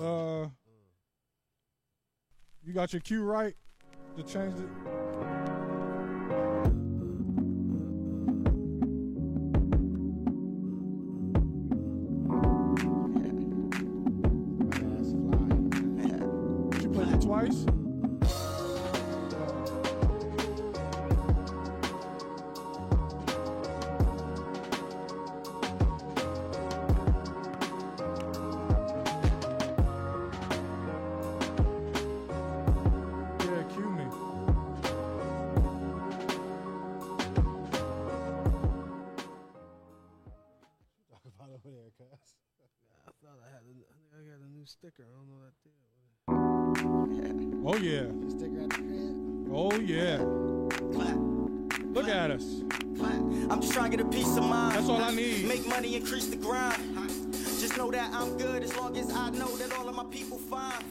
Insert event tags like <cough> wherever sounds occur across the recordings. Uh, You got your cue right to change it. That's fly. Did you play it twice? Yeah, cue me. Talk about over there, cuz. I thought I had a, I think I got a new sticker. I don't know what I did. with it. Oh yeah. You stick at the crib. Oh yeah. Clap, Look at us. clap. I'm just trying to get a peace of mind. That's all I need. Make money, increase the grind. Just know that I'm good as long as I know that all of my people fine.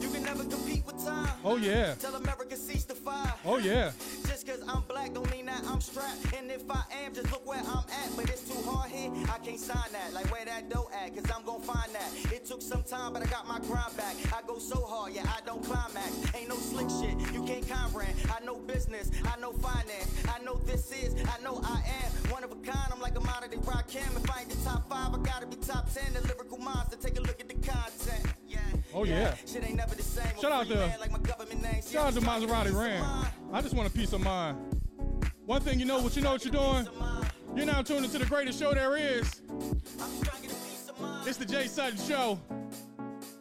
You can never compete with time. Oh yeah. Till America cease to fight. Oh yeah. Just cause I'm black don't mean that I'm strapped. And if I am, just look where I'm at. But it's too hard here, I can't sign that. Like where that dough at, cause I'm gonna find that. It took some time, but I got my grind back. I go so hard, yeah, I don't climax. Ain't no slick shit, you can't Conrad. I know business, I know finance. I know this is, I know I am. One of a kind, I'm like a modern day rock cam. If I ain't the top five, I gotta be top ten. The lyrical monster, take a look at the content. Yeah. Oh, yeah. Shit ain't never the same. A Shout out free to- man like my government name. See, Shout I'm out to trying get Maserati peace of Ram. mind. I just want a peace of mind. One thing you know, what you know what you're doing. You're now tuned into the greatest show there is. It's the Jay Sutton Show.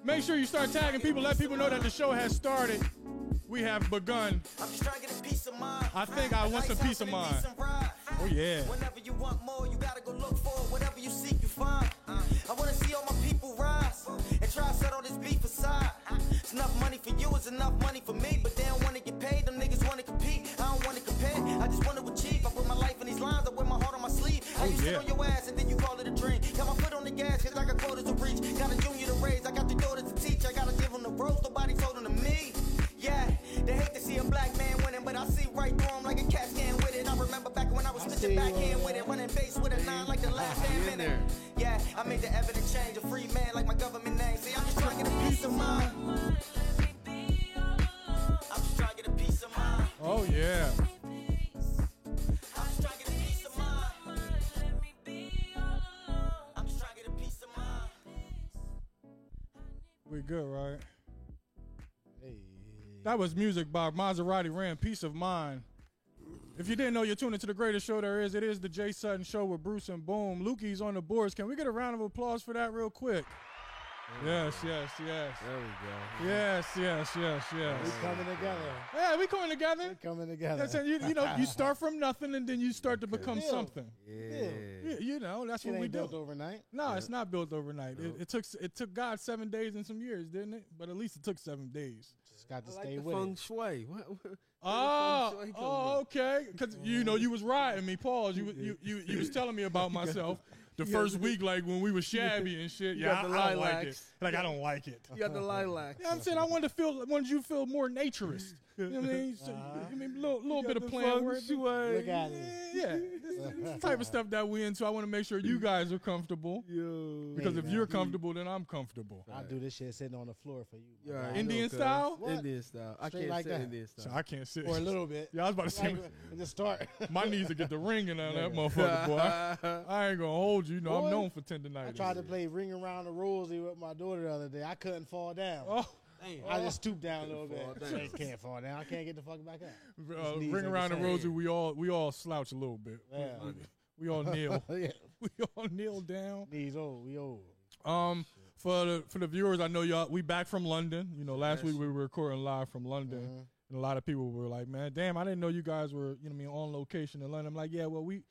Make sure you start tagging people. Let people know that the show has started. We have begun. I'm just trying to get a peace of mind. I think I want some Life's peace of happening, mind. decent ride. Oh, yeah. Whenever you want more, you gotta go look for it. Whatever you seek, you find. I wanna see all my people rise and try to settle this beef aside. It's enough money for you, it's enough money for me, but they don't wanna get paid. Them niggas wanna compete. I don't wanna compare. I just wanna achieve. I put my life in these lines. I wear my heart on my sleeve. How Oh, you sit yeah. on your ass and then you call it a dream. Got my foot on the gas cause I got quotas to reach. Got a junior to raise, I got the daughters to teach. I gotta give them the ropes, nobody told them to me. Yeah, they hate to see a black man winning, but I see right through him like a cat scan with it. I remember back when I was pitching backhand with it, running base with a nine like the last damn minute. Yeah, I made the evident change, a free man like my government name. See, I'm just trying to get a peace of mind. I'm just trying to get a peace of mind. Oh yeah. I'm just trying to get a peace of mind. I'm just trying to get a peace of mind. We good, right? Hey. That was music by Maserati Ram, Peace of Mind. If you didn't know, you're tuning into the greatest show there is. It is the Jay Sutton Show with Bruce and Boom. Lukey's on the boards. Can we get a round of applause for that real quick? Yes, yes, yes. There we go. Yes, yes, yes, We yes. coming together. Yeah, we coming We together. coming That's together. it. You, you know, you start from nothing and then you start to become Yeah. something. Yeah. You, you know, that's It what we ain't do. built overnight. No, it's not built overnight. It, it took it took God seven days and some years, didn't it? But at least it took seven days. Just got to I stay like the with feng it. shui. What, what- where the Oh, feng shui come oh, from? okay. Because you know you was riding me, Paul. You, you you you was telling me about myself the first week, like when we was shabby and shit. You Yeah, I, got the I don't like it. lilacs. Like I don't like it. You got the lilac. You know what I'm saying I wanted to feel, wanted you to feel more naturist. You know what I mean? <laughs> So, Uh-huh. I mean, little little bit of playing feng word. shui. Look at it. Yeah, this is the type of stuff that we into. I want to make sure you guys are comfortable Yo. because if man. you're comfortable, then I'm comfortable. I'll do this shit sitting on the floor for you. You all my right, guy. Indian cuz. style? What? Indian style. I Straight can't like say that. Indian So style. I can't sit. Or a little bit. <laughs> Yeah, I was about to say Like, and <laughs> just start. my knees to get the ringing on that motherfucker, <laughs> boy. <laughs> I ain't gonna hold you. You know Boy, I'm known for I tendonitis. tried to play ring around the rosy with my daughter the other day. I couldn't fall down. <laughs> Oh, I just stooped down a little Couldn't bit. fall down. I can't fall down. I can't get the fuck back <laughs> up. uh, knees ring ain't around the the same. rosy. We all we all slouch a little bit. Yeah. We all kneel. <laughs> yeah. we all kneel down. Knees old. We old. Um, for the for the viewers, I know y'all. We back from London. You know, last week we were recording live from London, and a lot of people were like, "Man, damn, I didn't know you guys were, you know, what I mean, on location in London." I'm like, "Yeah, well, we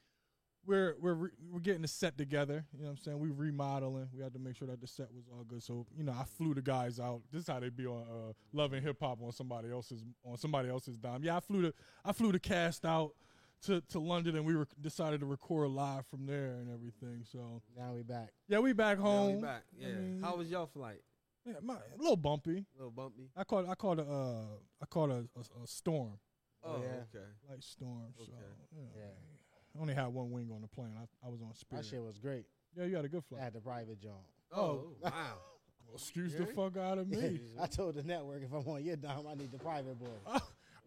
we're we're re- we're getting the set together. You know, what I'm saying we remodeling. We had to make sure that the set was all good. So, you know, I flew the guys out. This is how they be on uh, Love and Hip Hop on somebody else's on somebody else's dime. Yeah, I flew the I flew the cast out. To, to London and we were decided to record live from there and everything. So Now we back. yeah, we back Now <laughs> home. we back. Yeah. mean- How was your flight? Yeah, my, a little bumpy. A little bumpy. I caught I caught a uh, I caught a, a, a storm, Oh, Yeah. okay. light storm. So Okay. you know, Yeah. I only had one wing on the plane. I, I was on That Spirit. shit was great. Yeah, you had a good flight. I had the private job. <laughs> Oh, wow. Excuse the fuck out of me. <laughs> I told the network if I'm on your dime, I need the private boy.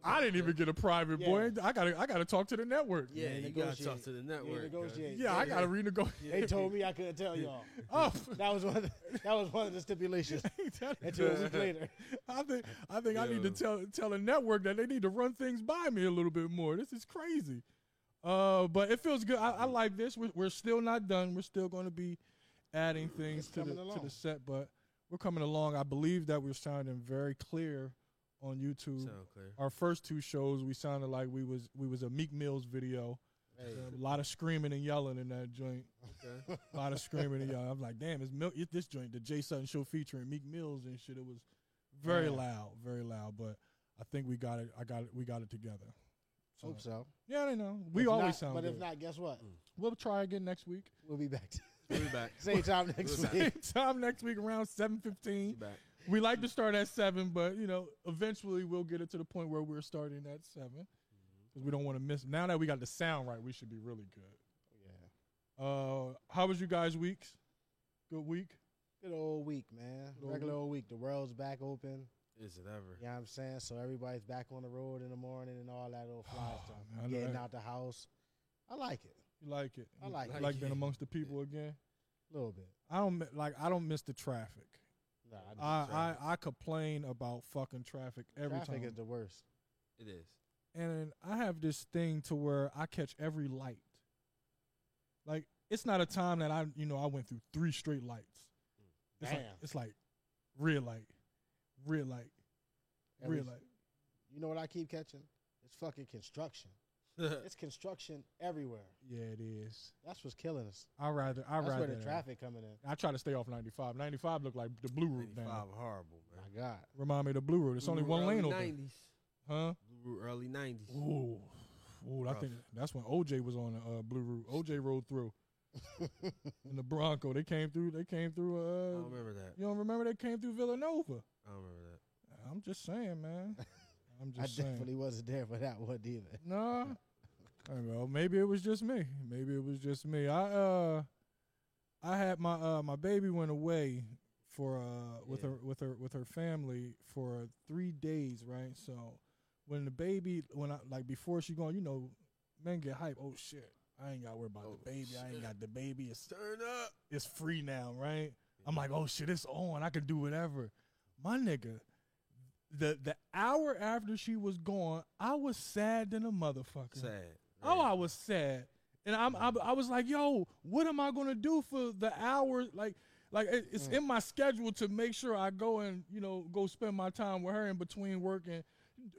I didn't even get a private Yeah. boy. I gotta I gotta talk to the network. Yeah, you gotta talk negotiate. to the You network. negotiate. Yeah, I gotta renegotiate. They told me I couldn't tell y'all. <laughs> Oh, <laughs> That was one. Of the, that was one of the stipulations. Until a week later, <laughs> I think I think I need Yo. to tell tell the network that they need to run things by me a little bit more. This is crazy. Uh, but it feels good. I, I like this. We're, we're still not done. We're still going to be adding things to the coming to the along. set, but we're coming along. I believe that we're sounding very clear on YouTube. Sound clear. Our first two shows, we sounded like we was we was a Meek Mills video. A lot of screaming and yelling in that joint. Okay. A lot of screaming and yelling. I'm like, damn, it's, Mil- it's this joint, the Jay Sutton show featuring Meek Mills and shit. It was very Yeah. loud, very loud. But I think we got it. I got it. We got it together. So, hope so. Yeah, I know. We If always not- sound But good. if not, guess what? we'll try again next week. <laughs> We'll be back. We'll be back. Same time next We'll be week. Same time next week around seven Be fifteen. back. We like to start at seven, but you know, eventually we'll get it to the point where we're starting at seven because we don't want to miss. Now that we got the sound right, we should be really good. Yeah. Uh, how was you guys' weeks? Good week. Good old week, man. old Regular old week. The world's back open. Is it ever? You know what I'm saying? So everybody's back on the road in the morning and all that old fly Oh, stuff. man, I know Getting that- out the house. I like it You like it? I like You it. like being amongst the people again. a little bit. I don't mi- like. I don't miss the traffic. Nah, I- I I, I complain about fucking traffic every traffic time. is the worst. It is. <laughs> and I have this thing to where I catch every light. Like it's not a time that I you know I went through three straight lights. It's like Damn. it's like real light, real light, Every- real light. You know what I keep catching? It's fucking construction. yeah, It's construction everywhere. Yeah, it is. That's what's killing us. I rather I That's rather where the that. traffic coming in. I try to stay off 95. 95 look like the blue route now. horrible, man. My God. Remind me of the blue route. It's only Blue one early lane open, 90s. huh? Blue early 90s. Ooh, ooh, I Rough. think that's when OJ was on the uh, blue route. OJ rode <laughs> through in the Bronco. They came through. They came through. I Uh, Oh, don't remember that. You don't remember they came through Villanova. I don't remember that. I'm just <laughs> saying, man. I'm I just saying. definitely wasn't there for that one either. Nah. I don't know. Maybe it was just me. Maybe it was just me. I uh I had my uh my baby went away for uh with Yeah. her with her with her family for 3 days, right? So when the baby when I like before she going, you know, men get hype. Oh shit. I ain't got to worry about Oh, the baby. I ain't shit. got the baby. It's Turn up. it's free now, right? I'm like, oh shit, it's on. I can do whatever. My nigga, the the hour after she was gone, I was sad than a motherfucker. Sad. Oh, I right? was sad, and I'm I, I was like, yo, what am I gonna do for the hour? Like, like it, it's in my schedule to make sure I go and you know go spend my time with her in between work and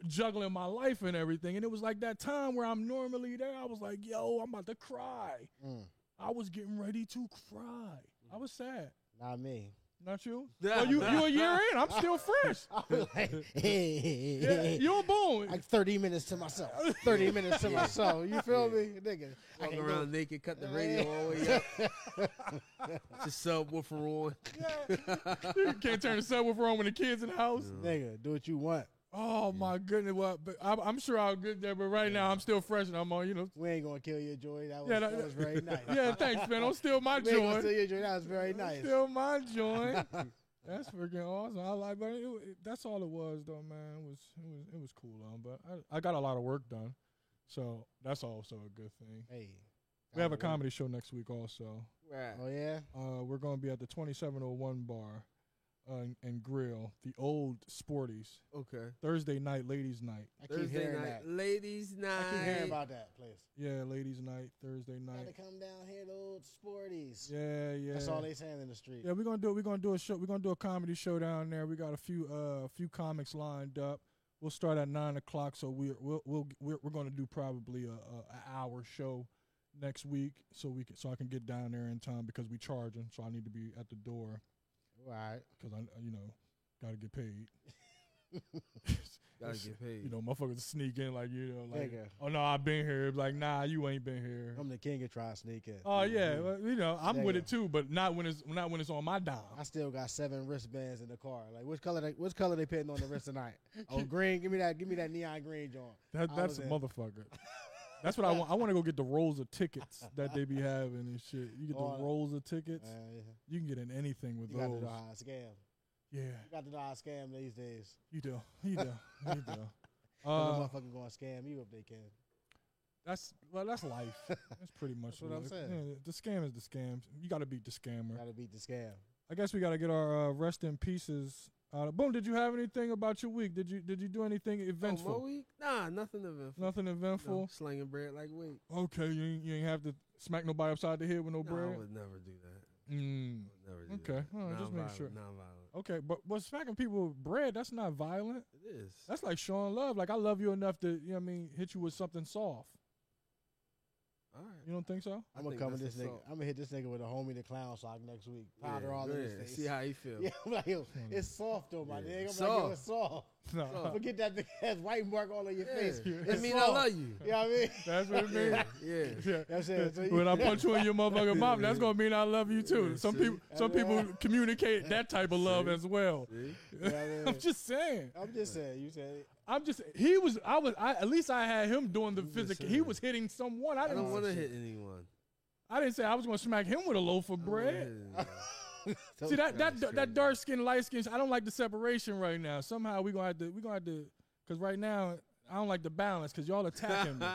juggling my life and everything. And it was like that time where I'm normally there. I was like, yo, I'm about to cry. Mm, I was getting ready to cry. I was sad. not <laughs> me. Not you? well, you you a year in. I'm still fresh. I was like, hey, hey, <laughs> Yeah, hey. you a boom. like 30 minutes to myself. 30 minutes to myself. You feel Yeah. me? Nigga. I Walking can't go- around naked, cut the radio all the way up. <laughs> Just subwoofer you can't turn the subwoofer on when the kids in the house. on. Nigga, do what you want. Oh my goodness! Well, but I'm, I'm sure I'll get there. But right now, I'm still fresh, and I'm on. You know, We ain't gonna kill your joy. That was, Yeah, that, that- was <laughs> very nice. yeah. Thanks, man. I'm still my <laughs> We ain't gonna steal joint. your joy. That was very nice. Still my <laughs> joint. That's freaking awesome. I like, but it, it, that's all it was, though, man. It was it was it was cool, um, but I, I got a lot of work done, so that's also a good thing. Hey, We have a gotta work. comedy show next week, also. <laughs> Right. Oh yeah, Uh, we're going to be at the 2701 Bar uh, and, and Grill, the old Sporties. Okay. Thursday night, ladies' night. I keep Thursday hearing night, that. ladies' night. I keep hearing about that place. Yeah, ladies' night, Thursday Gotta night. come down here, the old sporties. Yeah, yeah. That's all they saying in the street. Yeah, we're gonna do it. We're gonna do a show. We're gonna do a comedy show down there. We got a few uh few comics lined up. We'll start at nine o'clock, so we're we'll, we'll we're, we're gonna do probably a, a an hour show next week, so we can so I can get down there in time because we charging, so I need to be at the door All right. because I you know gotta get <laughs> paid. <laughs> Gotta get paid. You know, motherfuckers sneak in like you know like Nigga. oh no, I've been here. Like nah, you ain't been here. I'm the king of trying sneaking. Oh yeah, well, you know I'm with Nigga. it too, but not when it's not when it's on my dime. I still got seven wristbands in the car. Like, which color? They, which color they putting on the wrist tonight? <laughs> oh, green. Give me that. Give me that neon green, John. That, I that's was a in. <laughs> motherfucker. That's what I want. I want to go get the rolls of tickets that they be having and shit. You get the Oh, rolls of tickets. Uh, You can get in anything with you got to those. know how to scam. Yeah, You got to know how to scam these days. you do. You do. <laughs> Uh, You do. 'Cause Uh, the motherfucker going to scam you if they can. that's well, that's life. That's pretty much That's what I'm life. saying. Yeah, the scam is the scam. You got to beat the scammer. Got to beat the scam. I guess we got to get our uh, rest in pieces. Uh, boom. Did you have anything about your week? Did you did you do anything Oh, eventful? my week? Nah, nothing eventful. Nothing No, eventful. slinging bread like wait. Okay, you ain't, you ain't have to smack nobody upside the head with no No, I bread. would never do that. I Mm. would never do Okay, that. alright, just make Nonviolent, sure. Nonviolent. Okay, but but smacking people with bread that's not violent. It is. That's like showing love. Like I love you enough to you know what I mean hit you with something soft. All right. You don't <laughs> think so? I'm gonna think come with that's this nigga. assault. I'm gonna hit this nigga with a homie the clown sock next week. Powder Yeah, all yeah, in his face. See <laughs> how he feel. yeah, I'm like, yo, Hmm. it's soft though, my Yeah. nigga. I'm like, yo, Soft. it's soft. No, Forget that big ass white mark all on your Yeah. face. It It It's mean I soft. love <laughs> you. You know what I mean? that's what it <laughs> means. Yeah. yeah. Yeah. That's it. So <laughs> you- when I punch you in your motherfucking mom, that's gonna mean I love you too. Yeah, some see? people, some That's people right. communicate that type of love See? as well. See? You know what I I'm mean? just saying. I'm just saying. You said it. I'm just. He was. I was. I at least I had him doing the I'm just physical. He saying. was hitting someone. I I didn't. don't want to hit shit. anyone. I didn't say I was gonna smack him with a loaf I of don't wanna bread. hit anyone. See that that That's that crazy. dark skin, light skin. I don't like the separation right now. Somehow we gonna have to we gonna have to because right now I don't like the balance because y'all attacking <laughs> me.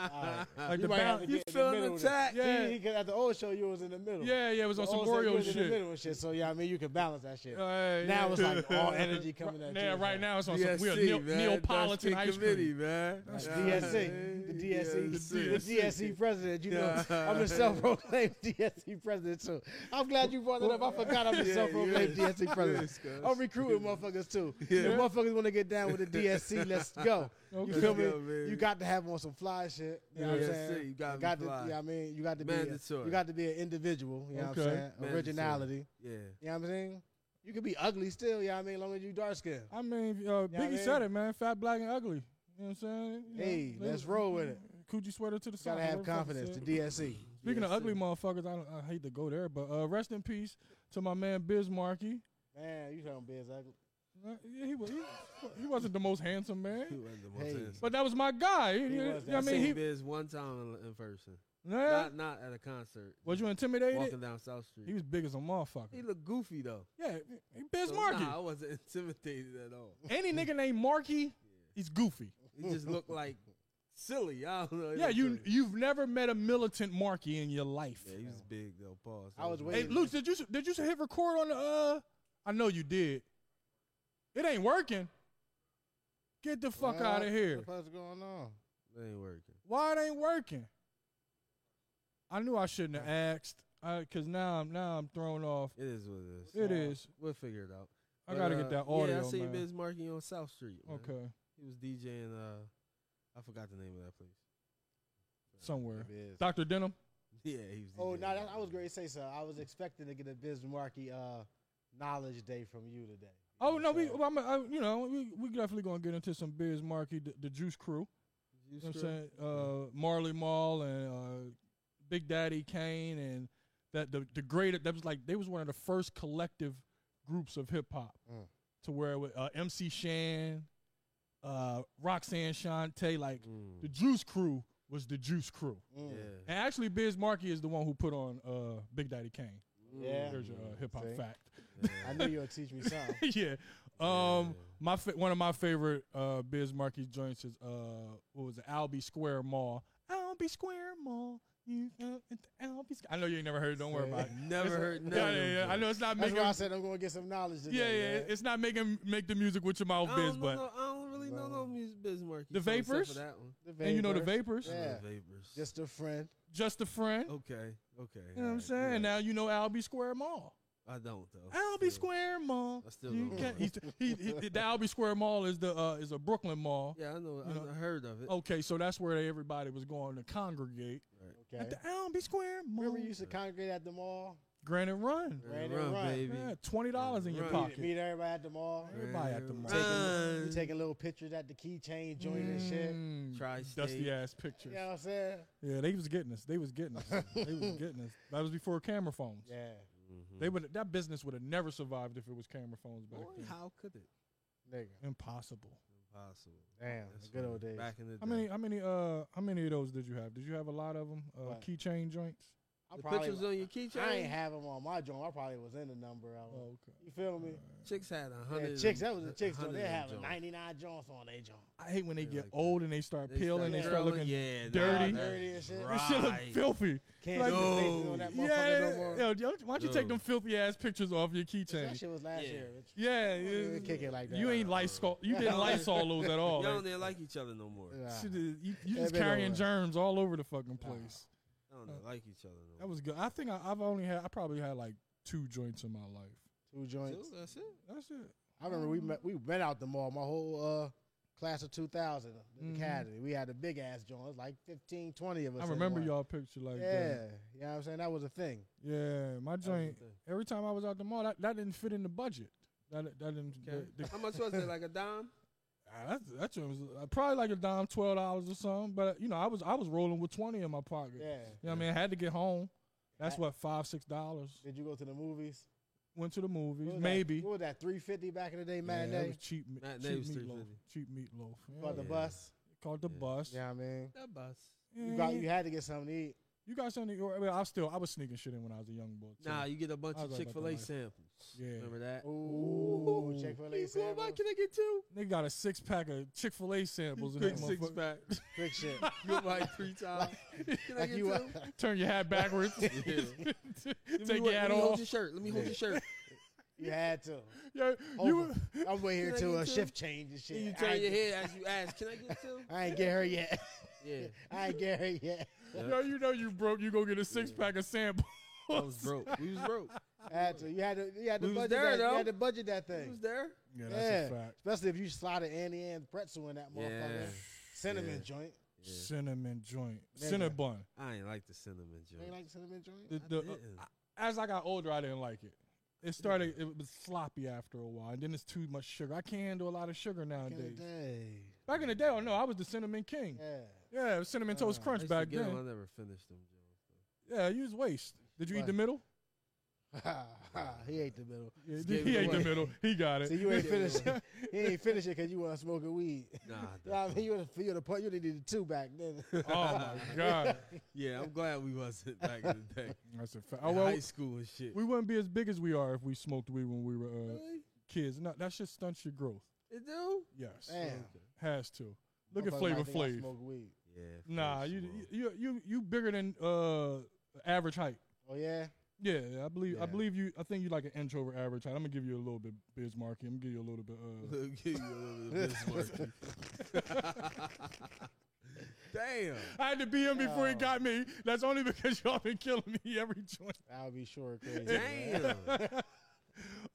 Like the might have balance. You to get in the feel middle an with it. attack? Yeah, Yeah. he, he, 'cause at the old show you was in the middle. Yeah, yeah. It was on The some old show, you Oreo was In the shit. middle and shit. So yeah, I mean you can balance that shit. Uh, Now yeah. <laughs> it's like all energy coming at Yeah, you. right now it's on some DSC, we're neo, man. Neapolitan Dark Skin ice committee, cream. man. That's Yeah. DSC, the DSC, the DSC. DSC president. You know, Yeah. I'm the self-proclaimed <laughs> DSC president too. I'm glad you brought that up. I forgot I'm the Yeah, self-proclaimed yes, DSC president. yes, cuz. I'm recruiting motherfuckers too. Yeah. If motherfuckers want to get down with the DSC, let's go. Okay. You feel Let's me? go, man. you got to have on some fly shit. You know what I'm Yeah, saying? see, you gotta be got to, fly. yeah, I mean, you got to be, Mandatory. you got to be an individual. You know what Okay. I'm saying? Mandatory. Originality. Yeah. You know what I'm saying? You could be ugly still. You know what I mean? long as you dark skin. I mean, uh, Biggie Yeah, man. said it, man. Fat, black, and ugly. You know what I'm saying? You know, Hey, let- let's roll with it. Coochie sweater to the side. Gotta have confidence. The <laughs> DSC. Speaking of Yes, ugly sir. motherfuckers, I, don't, I hate to go there, but uh, rest in peace to my man Biz Markie. Man, you talking biz ugly? Uh, yeah, he, was, he, he wasn't the most handsome He man, wasn't the Hey. most handsome. but that was my guy. You He know was. what I I mean, seen he Biz one time in, in person. yeah. Not not at a concert. was you walking intimidated? down South Street. He was big as a He motherfucker. looked goofy though. Yeah, he Biz So, Markie. Nah, I wasn't <laughs> intimidated at all. <laughs> Any nigga named Markie, he's goofy. He just <laughs> looked like silly. I don't know. He Yeah, looked you silly. you've never met a militant Markie in your life. Yeah, he was big though. Pause. I was Hey, waiting. Luke, did you did you hit record on the? Uh, I know you did. It ain't working. Get the fuck out of here. What's going on? It ain't working. Why it ain't working? I knew I shouldn't have asked. I, Cause now I'm now I'm thrown off. It is what it is. It is. We'll figure it out. I But, gotta uh, get that audio, Yeah, I seen man. Biz Markie on South Street. man. Okay, He was DJing. Uh, I forgot the name of that place. <laughs> somewhere. Doctor Denham. Yeah, he was. Oh DJing no, that, that I was place. going to say so. I was expecting to get a Biz Markie uh, knowledge day from you today. Oh no, we So, well, I'm, I, you know we we definitely gonna get into some Biz Markie, the, the Juice Crew. You You know what sure? I'm saying? Uh, Marley Marl and uh, Big Daddy Kane and that the the great that was like they was one of the first collective groups of hip hop Mm. to where it wa- uh, MC Shan, uh, Roxanne Shante, like Mm. the Juice Crew was the Juice Crew. mm, Yeah. And actually, Biz Markie is the one who put on uh, Big Daddy Kane. Mm. Yeah. There's your <laughs> uh, hip hop See? fact. I knew you would teach me something. yeah. Um, my fa- one of my favorite uh, Biz Markie joints is uh, what was it? Albee Square Mall. Albee Square Mall. You know it's Albee. Squ- I know you ain't never heard. it, Don't worry about it. <laughs> Never It's- heard none Yeah, of yeah, them yeah. I know it's not That's making. why I said I'm going to get some knowledge today. yeah, yeah. man. It's not making make the music with your mouth, I Biz, don't, but know, I don't really know no music Biz Markie. The so except Vapors? For that one. The and you know the vapors, Vapors, Yeah. The Vapors. Just a friend. just a friend. okay. Okay. You know what I'm alright, saying? yeah. Now you know Albee Square Mall. I don't though. Albee Yeah. Square Mall. I still You don't can't- know he's- he, he, the Albee Square Mall is the uh, is a Brooklyn mall. Yeah, I know. You I know. Oh. I heard of it. Okay, so that's where everybody was going to congregate Okay. at the Albee Square Mall. Remember, you used to congregate at the mall. Granite Run. Grand Grand and Run, Run. baby. Yeah, twenty dollars in your Right. Meet, pocket. meet everybody at the mall. Everybody at the mall. Taking, Run. you taking little pictures at the keychain joint and shit. Mm, Tri-state. Dusty ass pictures. You Yeah. know what I'm saying? they was getting us. They was getting us. they was getting us. That was before camera phones. Yeah. Mhm. They would that business would have never survived if it was camera phones back Boy, then. how could it? Nigga. Impossible. Impossible. Damn. That's the good old funny. days. Back in the day. How many? How many? Uh, how many of those did you have? Did you have a lot of them? Uh, What? keychain joints. I the probably pictures on your keychain. I ain't have them on my joint. I probably was in the number. I was, Oh, okay. You feel me? Chicks had a Yeah, hundred. chicks, that was the chicks joint. hundred They of them have joints. 99 joints on their joint. I hate when they They get like that. old and they start They peeling. They start curling, looking. yeah, nah, dirty. that's Dirty and shit. This shit look right. filthy. Can't Like- do the faces on that motherfucker Yeah, no more. yo, yo, why don't you take them Dude. filthy ass pictures off your that keychain? shit was last Yeah. year. bitch. Yeah, don't even yeah. kick it like that. You ain't Lysol. You didn't Lysol those at all. Y'all Like, don't even like each other no more. Nah. shit is- you, you That just been carrying over. germs all over the fucking place. Y'all don't even like each other no That more. was good. I think I, I've only had. I probably had like two joints in my life. Two joints. Dude, that's it. That's it. I remember we met, we went out the mall. My whole uh, class of 2000, the Mhm. academy. We had a big ass joint. It was like 15, 20 of us. I in remember one. y'all picture like yeah, that. you know what I'm saying? That was a thing. Yeah, my That was the joint. thing. Every time I was out the mall, that, that didn't fit in the budget. That that didn't. Okay. the- the- How much was it? Like a dime? Ah, That's that joint was uh, probably like a dime, twelve dollars or something. But you know, I was I was rolling with twenty in my pocket. Yeah. You know what I mean? I had to get home. That's I- what five, six dollars. Did you go to the movies? Went to the movies, What was that- maybe. What was that? 350 back in the day, yeah, Mad that Day? was cheap, me- Matinee cheap was meatloaf. 350. Cheap meatloaf. Yeah. About the Yeah. bus. Called the Yeah. bus. Yeah, I mean, <laughs> That bus. you got Yeah. you had to get something to eat. You got something? To, I, mean, I was still I was sneaking shit in when I was a young boy. too. Nah, you get a bunch I of was like Chick about Fil A that life. samples. Yeah. Remember that? Ooh, Ooh. Chick Fil Keep A going, sandwich. Mike, Can I get two? They got a six pack of Chick Fil A samples in Big that six motherfucker. pack. <laughs> Quick shit. You <laughs> like three times. Can I like get you, two? <laughs> Turn your hat backwards. <laughs> Yeah. Let me Take wa- your hat Let me hold off. your shirt. Let me hold your shirt. <laughs> you had to. Yo, you, Over. I'm waiting here Can I till get a two? shift change and shit. Then you I turn ain't- your head as you ask, "Can I get two? I ain't get her yet. <laughs> <laughs> Yeah. I ain't get her yet. yo, you know you broke. You go get a six pack of <laughs> samples. I was broke. We was broke. I had to. You had to. You had to We was budget there, that. You though. had to budget that We was thing. there. Yeah, Yeah, especially if you slotted Annie Ann's pretzel in that motherfucker. Yeah. Cinnamon Yeah. joint. Yeah. Cinnamon joint, Nigga. Cinnabon. I ain't like the cinnamon You ain't joint. like cinnamon joint? The, I the, didn't. as I got older, I didn't like it. It started. It was sloppy after a while, and then it's too much sugar. I can't handle a lot of sugar Back in the nowadays. day. Back in the day, oh no, I was the cinnamon king. Yeah. Yeah, cinnamon toast Uh, I crunch used to back get 'em, I then. never finished them. Jones. Yeah, you was waste. Did you eat What? the middle? <laughs> he ate the middle. Yeah, <laughs> Just gave he it ate the away. middle. He got it. So <laughs> you ain't Yeah, yeah. finished. <laughs> he ain't finished it because you want smoking weed. <laughs> Nah, Yeah, I mean, definitely. you would have put you needed two back then. oh <laughs> my god, yeah, I'm glad we wasn't back in the day. that's a fact. Oh, Oh well, high school and shit. we <laughs> wouldn't be as big as we are if we smoked weed when we were uh, really? kids. No, that shit stunts your growth. It do? Yes, Damn. has to. <laughs> Look at Motherfucker Flavor might think I Flav. smoke weed. Yeah. Nah, first you of <laughs> all. you you you bigger than uh average height. Oh yeah. Yeah, I believe I Yeah. believe you. I think you like an inch over average height. I'm gonna give you a little bit Bismarcky. I'm gonna give you a little bit. Uh, Look, give you a little bit of Bismarck. <laughs> Damn. I had to be him before he Oh. got me. That's only because <laughs> y'all been killing me every joint. I'll be sure. Crazy, man. Damn. <laughs>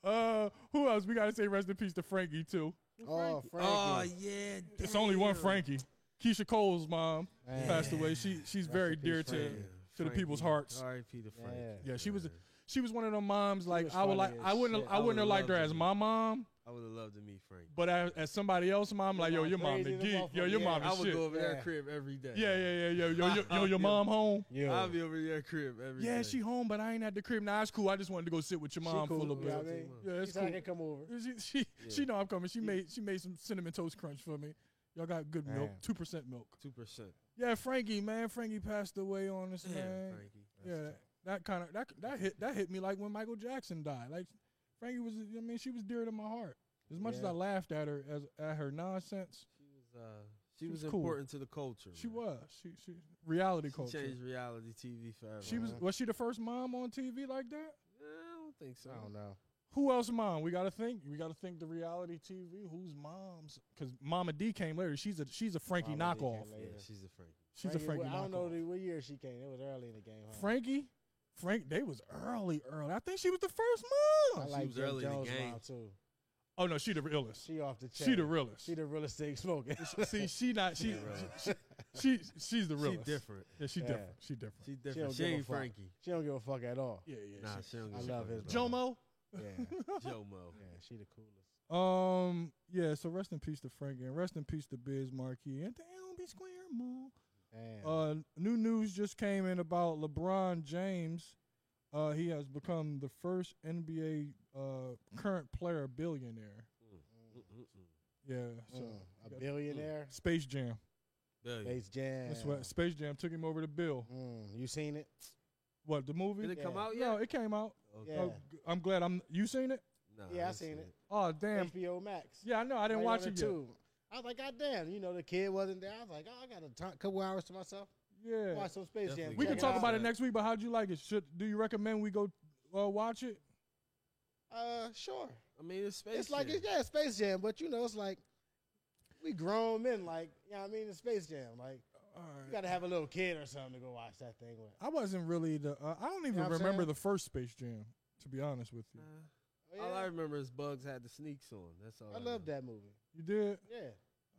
Uh, who else? We gotta say rest in peace to Frankie too. <laughs> Oh, Frankie. Oh yeah. It's only one damn. Frankie. Keisha Cole's mom Man. passed away. She she's Rest very in peace, dear to Frankie. to the people's Frankie. hearts. R.I.P. to Frankie. Yeah. Yeah, she was- man. She was one of them moms. Like was I would like funny as I wouldn't shit. I I wouldn't have would've liked her loved as to be- my mom, I would have loved to meet Frankie. but as, as somebody else mom, like yo mom your mom the crazy, the geek, yo motherfucker. your Yeah, mom I is would shit. go over their Yeah. crib every day. Yeah, yeah, yeah, yo yo yo yo your Yeah. mom home. Yeah. I'll be over their crib every day. Yeah, she home, but I ain't at the crib. Nah, it's cool. I just wanted to go sit with your She mom cool, for a little you know bit. what I mean? Yeah, She it's said I cool. can come over. She she, Yeah. she know I'm coming. She made she made some cinnamon toast crunch for me. Y'all got good milk, Man. two percent milk. Two percent. Yeah, Frankie, man, Frankie passed away on us, Damn, man. Frankie. Yeah, that, that kind of that that hit that hit me like when Michael Jackson died. Like Frankie was, you know what I mean, she was dear to my heart. As much as Yeah. I laughed at her as at her nonsense, She was, uh, she She was, was cool. important to the culture. she man. was she she reality She culture. changed reality TV forever. She was Mhm. was she the first mom on TV like that? Yeah, I don't think so. I don't know. Who else mom? We gotta think. We gotta think the reality TV. Who's moms? Because Mama D came later. She's a she's a Frankie Mama D came knockoff. later. Yeah, Yeah. she's a Frankie. She's a Frankie well, I don't know knockoff. the, what year she came. It was early in the game. Huh? Frankie, Frank. They was early, early. I think she was the first I mom. like was Jim early in the Jones' game. mom, too. Oh no, she the realest. She off the chain. She the realest. She the realest thing smoking. <laughs> <laughs> See, she not she. realist. she, she she's the She realest. different. Yeah, she Yeah. different. She She different. She don't different. She, give a ain't fuck. Frankie. She don't give a fuck at all. yeah, yeah. Nah, she- she don't I give love a his fuck. <laughs> brother. Jomo. Yeah, <laughs> Jomo. yeah, she the coolest. Um. Yeah. So rest in peace to Frankie and rest in peace to Biz Marquee and to LB Square Mall. Damn. Uh, new news just came in about LeBron James. Uh, he has become the first NBA uh, current player billionaire. Mm-mm-mm. Yeah, so Mm, a billionaire. Mm. Space Jam. Billion. Space Jam. That's what Space Jam took him over to Bill. Mm, you seen it? What the movie? Did it come Yeah. out yet? No, it came out. Okay. Yeah. Oh, g- I'm glad. I'm. You seen it? Nah, Yeah, I ain't seen it. Oh damn. HBO Max. Yeah, I know. I didn't Right watch on it the yet. tube. I was like, God damn, you know, the kid wasn't there. I was like, oh, I got a ton- couple hours to myself. Yeah. Watch some Space Jam. Definitely We Check can it talk out. about it next week. But how'd you like it? Should do you recommend we go uh, watch it? Uh, sure. I mean, it's space. it's like, Jam. it's, yeah, Space Jam, but you know, it's like, we grown men, like, you know what I mean? It's Space Jam. Like, All you right. got to have a little kid or something to go watch that thing with. I wasn't really the. Uh, I don't even what I'm remember saying? the first Space Jam. To be honest with you, Uh, Oh, yeah. All I remember is Bugs had the sneaks on. That's all. I love that movie. you did. Yeah.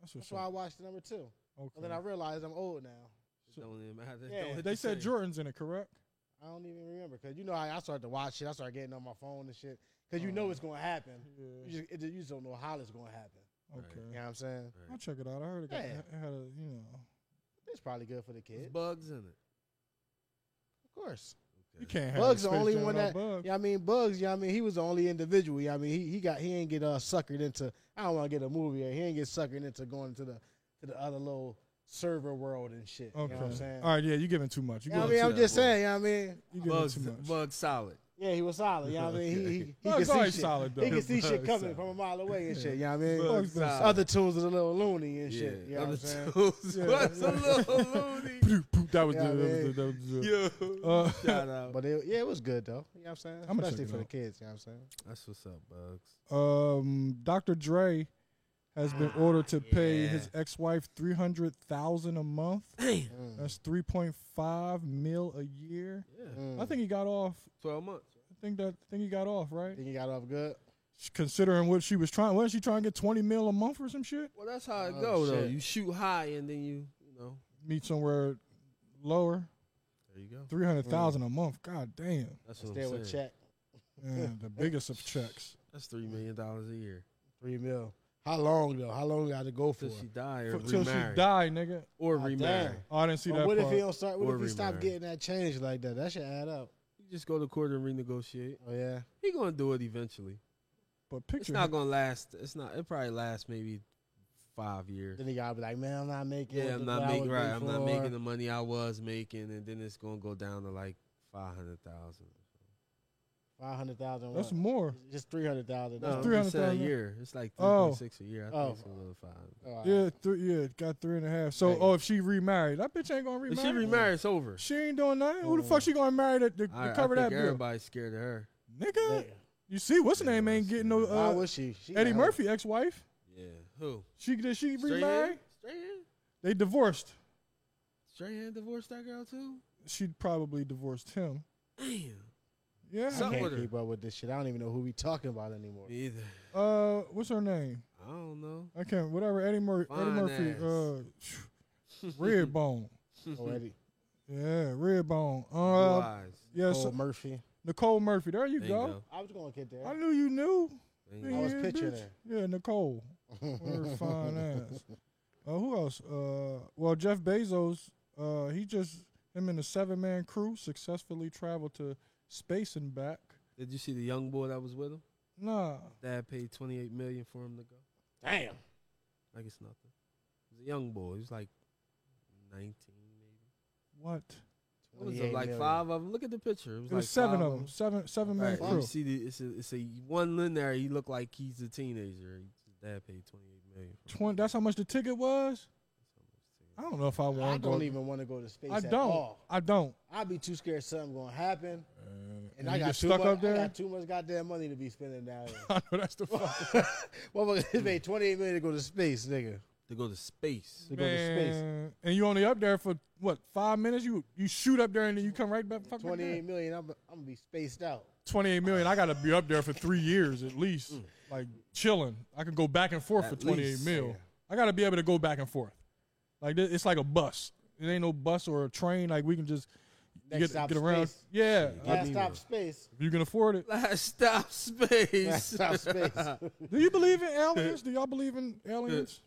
That's That's what's why I up. watched number two. And Okay. then I realized I'm old now. It don't even matter. <laughs> It Yeah. don't hit They the said same. Jordan's in it, correct? I don't even remember because you know I, I started to watch shit. I started getting on my phone and shit because you know Mm. it's gonna happen. You Yeah. just, it, you just don't know how it's gonna happen. You Okay. know what I'm saying? I'll check it out. I heard it got, Yeah. it had a you know. Mm-hmm. It's probably good for the There's kid, bugs in it. of course. You can't. have Bugs the Space only Jam one without that. Bugs. Yeah, I mean Bugs. Yeah, I mean he was the only individual. Yeah, I mean he, he got he ain't get uh suckered into. I don't want to get a movie. Or he ain't get suckered into going to the to the other little server world and shit. Okay. You know what I'm saying? All right. Yeah, you're giving too much. You Yeah, I giving mean to I'm that just movie. saying. Yeah, I mean You give Bugs, too much. bugs solid. yeah, he was solid. Yeah, I mean he he, he, <laughs> Bugs could see always shit. solid, though. He could see shit Bugs coming solid. from a mile away and shit. Yeah, I mean. Bugs Bugs been solid. other tunes is a little loony and yeah. shit. You know what Other I'm saying? tools. <laughs> Yeah. What's a little <laughs> loony? Poop, poop, that was Yeah, the- that man. was the- that was the- Yo. Uh, Shout out. But it, yeah, it was good though. You know what I'm saying? I'ma check Especially it for the out. kids. You know what I'm saying? That's what's up, bugs. um, Dr. Dre has been ordered to pay Ah, yeah. his ex-wife three hundred thousand a month. Mm. That's three point five mil a year. Yeah. Mm. I think he got off. Twelve months. I think that I think he got off right. Think he got off good. Sh- Considering what she was trying, wasn't she trying to get twenty mil a month or some shit? Well, that's how it Oh, go though. shit. You shoot high and then you, you know. Meet somewhere lower. There you go. Three hundred thousand a Mm. month. God damn. That's what Instead I'm with saying. check Yeah, the biggest of checks. That's three million dollars a year. three mil. How long though? How long got to go for? Till she die or Till she remarry. die, nigga. Or Ah, remarry. damn. Oh, I didn't see But that what part. if he don't start? What Or if he stop remarry. getting that change like that? That should add up. You just go to court and renegotiate. Oh yeah. He gonna do it eventually. but It's picture not gonna last. It's not. It probably lasts maybe five years. Then he gotta be like, man, I'm not making. Yeah, what the- I'm what I not making was right. I'm not before." making the money I was making, and then it's gonna go down to like five hundred thousand. five hundred thousand. That's more. just three hundred thousand. No, three- three hundred thousand $300,000? a year. It's like three Oh. point six a year. I Oh. think it's a little five. Yeah, three, yeah, got three and a half. So, Yeah. oh, if she remarried, that bitch ain't gonna If remarry. she remarries, it's over. She ain't doing that. Who the fuck she gonna marry to, to, to I, I cover think that bill? everybody's scared of her. Nigga, you see, what's her Yeah, name I ain't see getting no that. Why uh, was she? She Eddie got- Murphy ex-wife. Yeah. Who? She did she Straight remarry? hand? Straight hand? They divorced. Straight hand divorced that girl too? She probably divorced him. Damn. Yeah. I Something with can't her. keep up with this shit. I don't even know who we talking about anymore. Me either. Uh, what's her name? I don't know. I can't. Whatever. Eddie, Mur- Eddie Fine Murphy. ass. Uh, <laughs> red bone. Oh, Eddie, Yeah, red bone. Blue Uh, eyes. yes, Cole Oh, Murphy. Nicole Murphy. There you There go. I was gonna get there. I knew you knew. There you Yeah, I go. was bitch. picturing her. Yeah, Nicole. <laughs> Her fine ass. Uh, who else? Uh, well, Jeff Bezos. Uh, he just him and a seven man crew successfully traveled to space and back. Did you see the young boy that was with him? Nah, Dad paid twenty eight million for him to go. Damn. Like it's nothing. He was a young boy. He was like nineteen maybe. what? It was 28 like million. five of them. Look at the picture. It was, It was like seven five of them. Seven seven man Right, crew. you see the it's a it's a one in there. He looked like he's a teenager. His dad paid twenty eight million. For him. Twen- that's how much the ticket was. I don't know if I I want to go. don't even want to go to space I at don't. all. I don't. I'd be too scared something gonna happen, Uh, and, I you got get too stuck much, up I there. got too much goddamn money to be spending down here. <laughs> I know that's <laughs> the fuck. Motherfucker, they paid twenty eight million to go to space, nigga. To go to space. To go to space, Man, And you only up there for what five minutes? You you shoot up there and then you come right back. fucking twenty eight back. million. I'm, I'm gonna be spaced out. 28 million. I gotta be up there for three years at least, like chilling. I can go back and forth Mm. At for 28 least, mil. yeah. I gotta be able to go back and forth. Like thi- it's like a bus. It ain't no bus or a train. Like we can just Next get stop, get around. space. Yeah, Yeah. I- Last mean, stop uh, <laughs> space. if you can afford it. Last stop space. Last <laughs> stop space. I Do you believe in aliens? Do y'all believe in aliens?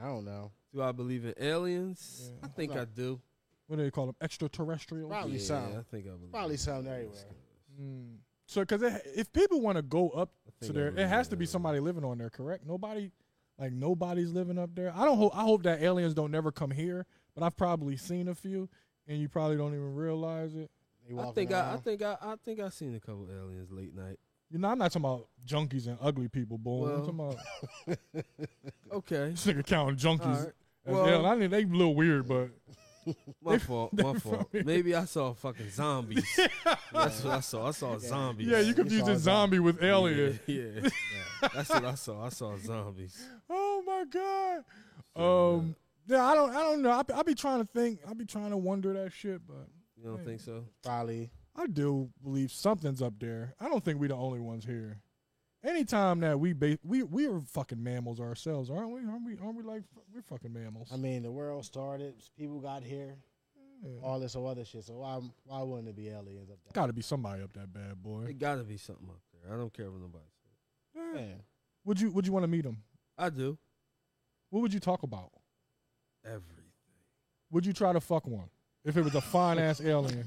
don't know. <laughs> do I believe in aliens? I think I do. What do they call them? Extraterrestrials. Probably yeah, some. I think I believe. Probably in something aliens. everywhere. Mm. So, because if people want to go up I to think there, I it believe has in to be aliens. somebody living on there, correct? Nobody, like nobody's living up there. I don't hope. I hope that aliens don't never come here, but I've probably seen a few, and you probably don't even realize it. They I walking think I, I around. think I, I think I seen a couple aliens late night. You know, I'm not talking about junkies and ugly people, boy. Well- I'm talking about <laughs> Okay, this nigga counting junkies. Alright. as Well- hell. I mean, they a little weird, but my fault, my fault. Maybe I saw fucking zombies. That's what I saw. I saw zombies. yeah, you could- confused saw a this zombie with alien. Yeah, yeah. that's what I saw. I saw zombies. Oh my god. Um, yeah, I don't, I don't know. I, be- I be trying to think. I be trying to wonder that shit, but You don't think so? probably. I do believe something's up there. I don't think we the only ones here. Anytime that we ba- we we are fucking mammals ourselves, aren't we? Aren't we? Aren't we like we're fucking mammals? I mean, the world started. People got here. Yeah. All this or other shit. So why why wouldn't it be aliens up there? Got to be somebody up that bad It boy. gotta be something up there. I don't care what nobody says. Yeah. Yeah. Would you Would you want to meet him? I do What would you talk about? everything. Would you try to fuck one if it was a fine ass <laughs> alien?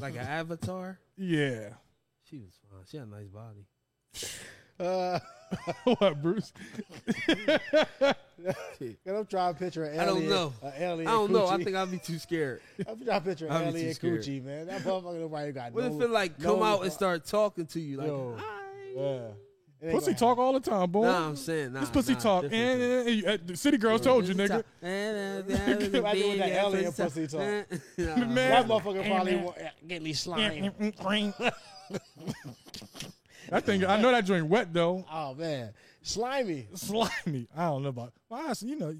Like an avatar. <laughs> Yeah. <laughs> She was fine. She had a nice body. Uh, <laughs> what, Bruce? and I'm trying to picture an alien. I don't know. An alien I don't know. I coochie. think I'd be too scared. <laughs> I'm trying to picture an I'd be too alien scared. coochie, man. That motherfucker nobody got What no. if it like no- come out and start talking to you? Like, Yo. "Hi." Yeah. It ain't Pussy gonna talk all the time, boy. nah, I'm saying nah. It's pussy nah, talk. And, different thing. and- and- uh, the city girls told you, nigga. Imagine Imagine what that alien pussy talk. Man. happen. That motherfucker Hey, probably man. want, get me slime. that thing, I know <laughs> that drink wet though. oh man, slimy. Slimy. I don't know about. Well, I, you know,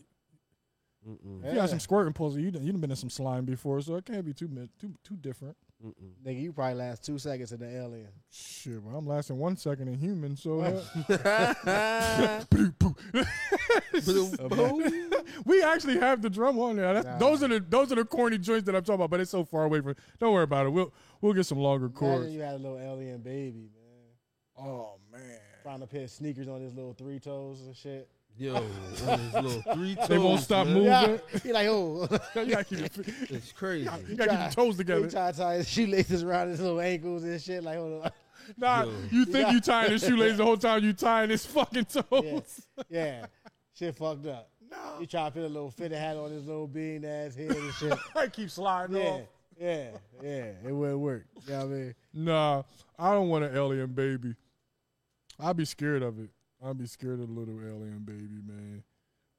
Mm-mm, if you Yeah. got some squirting pussy. You done, you done been in some slime before, so it can't be too mi- too too different. mm-mm. Nigga, you probably last two seconds in the alien. Shit, well, I'm lasting one second in human, so uh, <laughs> oh, we actually have the drum on there. That's, Nah. Those are the those are the corny joints that I'm talking about, but it's so far away from. Don't worry about it. We'll we'll get some longer Imagine chords. you had a little alien baby, man. Oh man, Trying to put sneakers on his little three toes and shit. Yo, on his little three toes. They won't stop man. moving. Yeah, <laughs> he like, oh, <laughs> you gotta keep your, feet- It's crazy. you gotta keep your toes <laughs> he together. trying to tie his shoelaces around his little ankles and shit. Like, hold on. Nah, Yo. you think you tying his shoelaces the whole time you tying his <laughs> fucking toes. Yeah, yeah. shit fucked up. No. He trying to put a little fitted hat on his little bean ass head <laughs> and shit. I keep sliding yeah, off. yeah, yeah. It wouldn't work. You know what I mean? Nah, I don't want an alien baby. I'd be scared of it. I'd be scared of the little alien baby, man.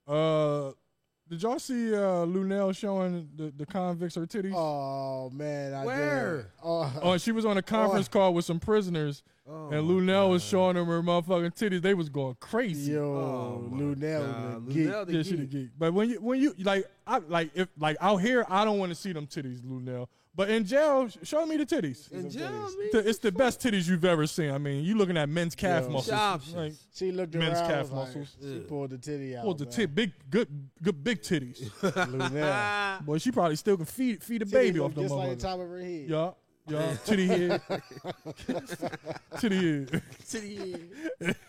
Uh, did y'all see uh Lunel showing the, the convicts her titties? Oh man, I did. Where? Oh, Oh, and she was on a conference call with some prisoners, Oh, and Lunel was showing them her motherfucking titties. They was going crazy. yo, Oh, my Lunel, God. the geek. Lunel the Yeah, she the geek. geek. But when you when you like I like if like out here, I don't want to see them titties, Lunel. But in jail, sh- show me the titties. And Some Jeremy, titties. It's the- it's the best titties you've ever seen. I mean, you looking at men's calf Yo. muscles. Options. Like, She looked Men's around. calf was like- muscles. She Yeah. pulled the titty out. pulled Oh, the tit, big, good, good, big <laughs> titties. <laughs> Lunel. Boy, she probably still can feed feed a baby off them just like the motherfuckers. top of her head. Yeah, yeah, titty <laughs> head, titty head. <laughs>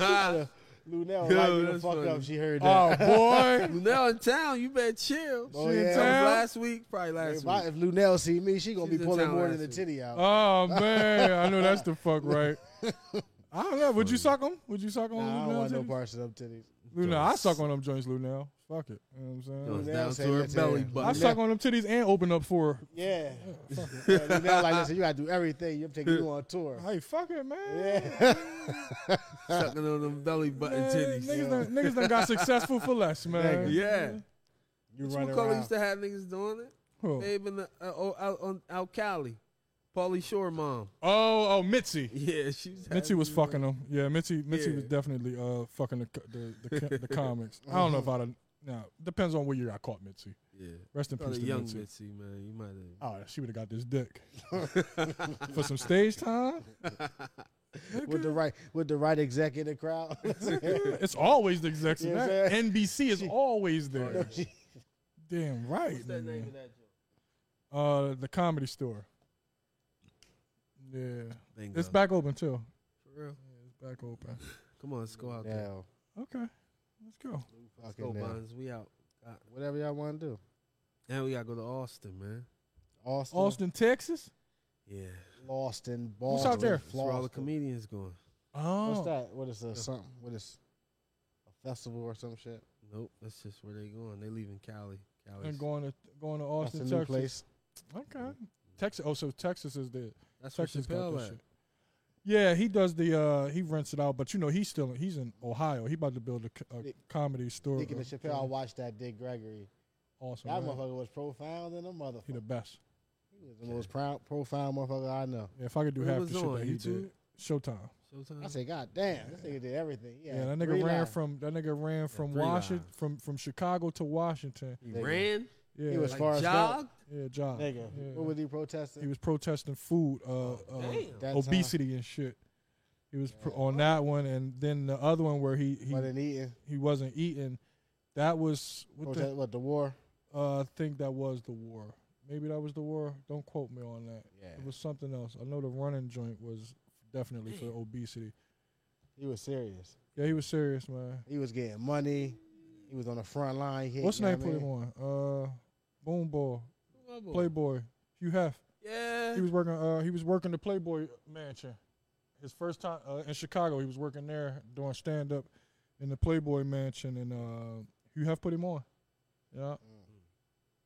Ah, Lunel Yo, might be the that's fuck funny. up. She heard Oh that. boy, Lunel in town. You better chill. Oh, she in yeah. town. Last week, probably last if, I, week. if Lunel see me, she gonna She's be in pulling town more last than the week. titty out. Oh man, I know that's the fuck right. <laughs> I don't know. Would you suck them? Would you suck on nah, I don't Oh, Lunel? want no titties? parts of them titties. Lunel, I suck on them joints, Lunel. Fuck it, you know what It was I'm saying. Lunel down say to her that to belly him. I button. suck on them titties and open up for her. Yeah. <laughs> yeah Lunel like, listen, you gotta do everything. You're taking you on tour. Hey, fuck it, man. <laughs> <laughs> Yeah. Sucking on them belly button Man, titties. Niggas, done, niggas done got successful for less, man. <laughs> Nigga. Yeah. you What run color around. used to have niggas doing it? Who? Babe in the, uh, oh, out on out Cali, Pauly Shore mom. <laughs> Oh, oh, Mitzi. Yeah, she was. Mitzi was fucking them. Yeah, Mitzi. Mitzi was Yeah. definitely uh fucking the co- the the, ca- the comics. I don't know if I'd. have- Nah, depends on where year I caught Mitzi. Yeah, Rest in Probably peace to Oh, young Mitzi. Mitzi, man. You might have. Oh, she would have got this dick for some stage time. with the right with the right exec in <laughs> the crowd. It's always the execs. in Yeah, that. man. NBC is always there. She- Damn right. What's that name nigga. of that joint? Uh, the comedy store. Yeah, Bingo. it's back open too. For real. It's back open. Come on, let's go out there. Now, Okay, let's go. Let's go, fucking now. Bonds. We out. Whatever y'all want to do. And we gotta go to Austin, man. Austin, Austin, Austin, Texas. Yeah. Austin, Boston, What's out there? That's where all the Florida. comedians going. Oh, What's that? What is a something? What is a festival or some shit? Nope, that's just where they going. They leaving Cali. Cali. and going to going to That's Austin, a new Texas. place. Okay. Texas. Oh, so Texas is the That's where Texas got Chappelle this at. shit. Yeah, he does the uh he rents it out, but you know he's still he's in Ohio. He about to build a, co- a Nick- comedy store. Speaking uh, of Chappelle, I watched that Dick Gregory. awesome. That man. motherfucker was profound than a motherfucker. He He the best. was the most proud, profound motherfucker I know. Yeah, if I could do What half was the shit on, that he YouTube? did, Showtime. Showtime. I say, God damn, this nigga did everything. Yeah, Yeah, that nigga three ran lives. from that nigga ran from three Washington lives. from from Chicago to Washington. he nigga. ran. Yeah, was- As Like far as jog. yeah, job. Nigga, Yeah. what was he He protesting? was protesting food, uh, uh Damn. That obesity and shit. He was pr- on that one, and then the other one where he time, he, but in eating, he wasn't eating. That was what the protest, what the war? Uh, I think that was the war. Maybe that was the war. Don't quote me on that. Yeah, It was something else. I know the running joint was definitely for obesity. he was serious. Yeah, he was serious, man. He was getting money. He was on the front line. He, What's you know name what I put him mean? on? Uh, Boomball, Bubble. Playboy, Hugh Hef. Yeah. He was working. Uh, he was working the Playboy Mansion. His first time uh, in Chicago, he was working there doing stand up in the Playboy Mansion, and uh, Hugh Hef put him on. Yeah, Mm-hmm.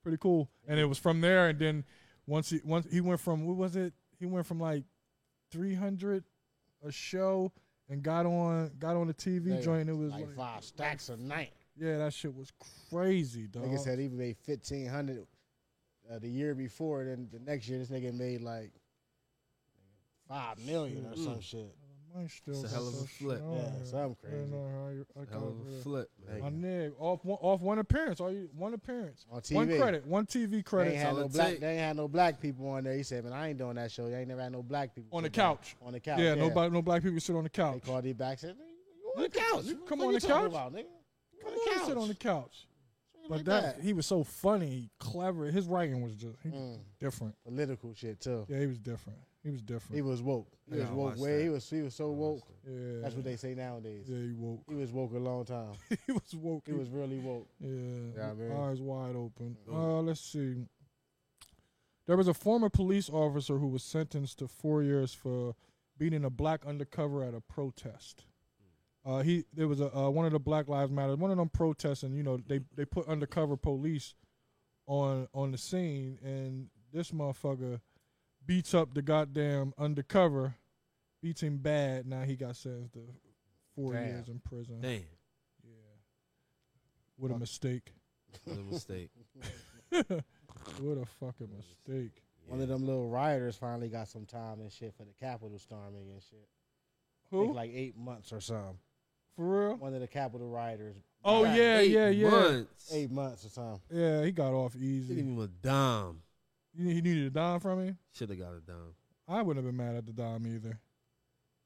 pretty cool. And it was from there, and then once he once he went from what was it? He went from like three hundred a show and got on got on the TV Nigga, joint. It was like, like five stacks a night. yeah, that shit was crazy, dog. Nigga said he made fifteen hundred uh, the year before. Then the next year, this nigga made like five million or Mm. some shit. Mine still It's a hell of a got that flip. shit on Yeah, there. something I don't crazy. know how you- I got Hell of rid a of- flig, man. My nigga, off one, off one appearance. All you one appearance. On One TV. credit. One TV They credit ain't had all no it black. take. They ain't had no black people on there. He said, "Man, I ain't doing that show. You ain't never had no black people on the sit down." couch. On the couch. Yeah, nobody, no black people sit on the They couch. called you back. Said, "You on You the can- couch? you What come fuck on you the talking couch. about, nigga? Come on, sit on the couch. Shit But like that, he was so funny, clever. His writing was just he, Mm. different. political shit too. Yeah, he was different. He was He different. was woke. He Yeah, was I woke. watched Way that. he was. He was so woke. yeah, That's what they say nowadays. Yeah, he woke. <laughs> He was woke a long time. he was woke. He was <laughs> really woke. Yeah, Yeah, I mean. eyes wide open. Mm. Uh, let's see. There was a former police officer who was sentenced to four years for beating a black undercover at a protest. Uh, he there was a uh, one of the Black Lives Matter one of them protests, and you know they they put undercover police on on the scene, and this motherfucker beats up the goddamn undercover, beats him bad. Now he got sentenced to four Damn. years in prison. Damn. Yeah, what a Fuck. mistake. What a mistake. <laughs> What a fucking mistake. One of them little rioters finally got some time and shit for the Capitol storming and shit. I think Who? like eight months or something. For real? One of the Capitol rioters. Oh got yeah, Eight yeah, yeah. Months. Eight months or something. Yeah, he got off Didn't easy. even a dime. He he needed a dime from him. Should have got a dime. I wouldn't have been mad at the dime either.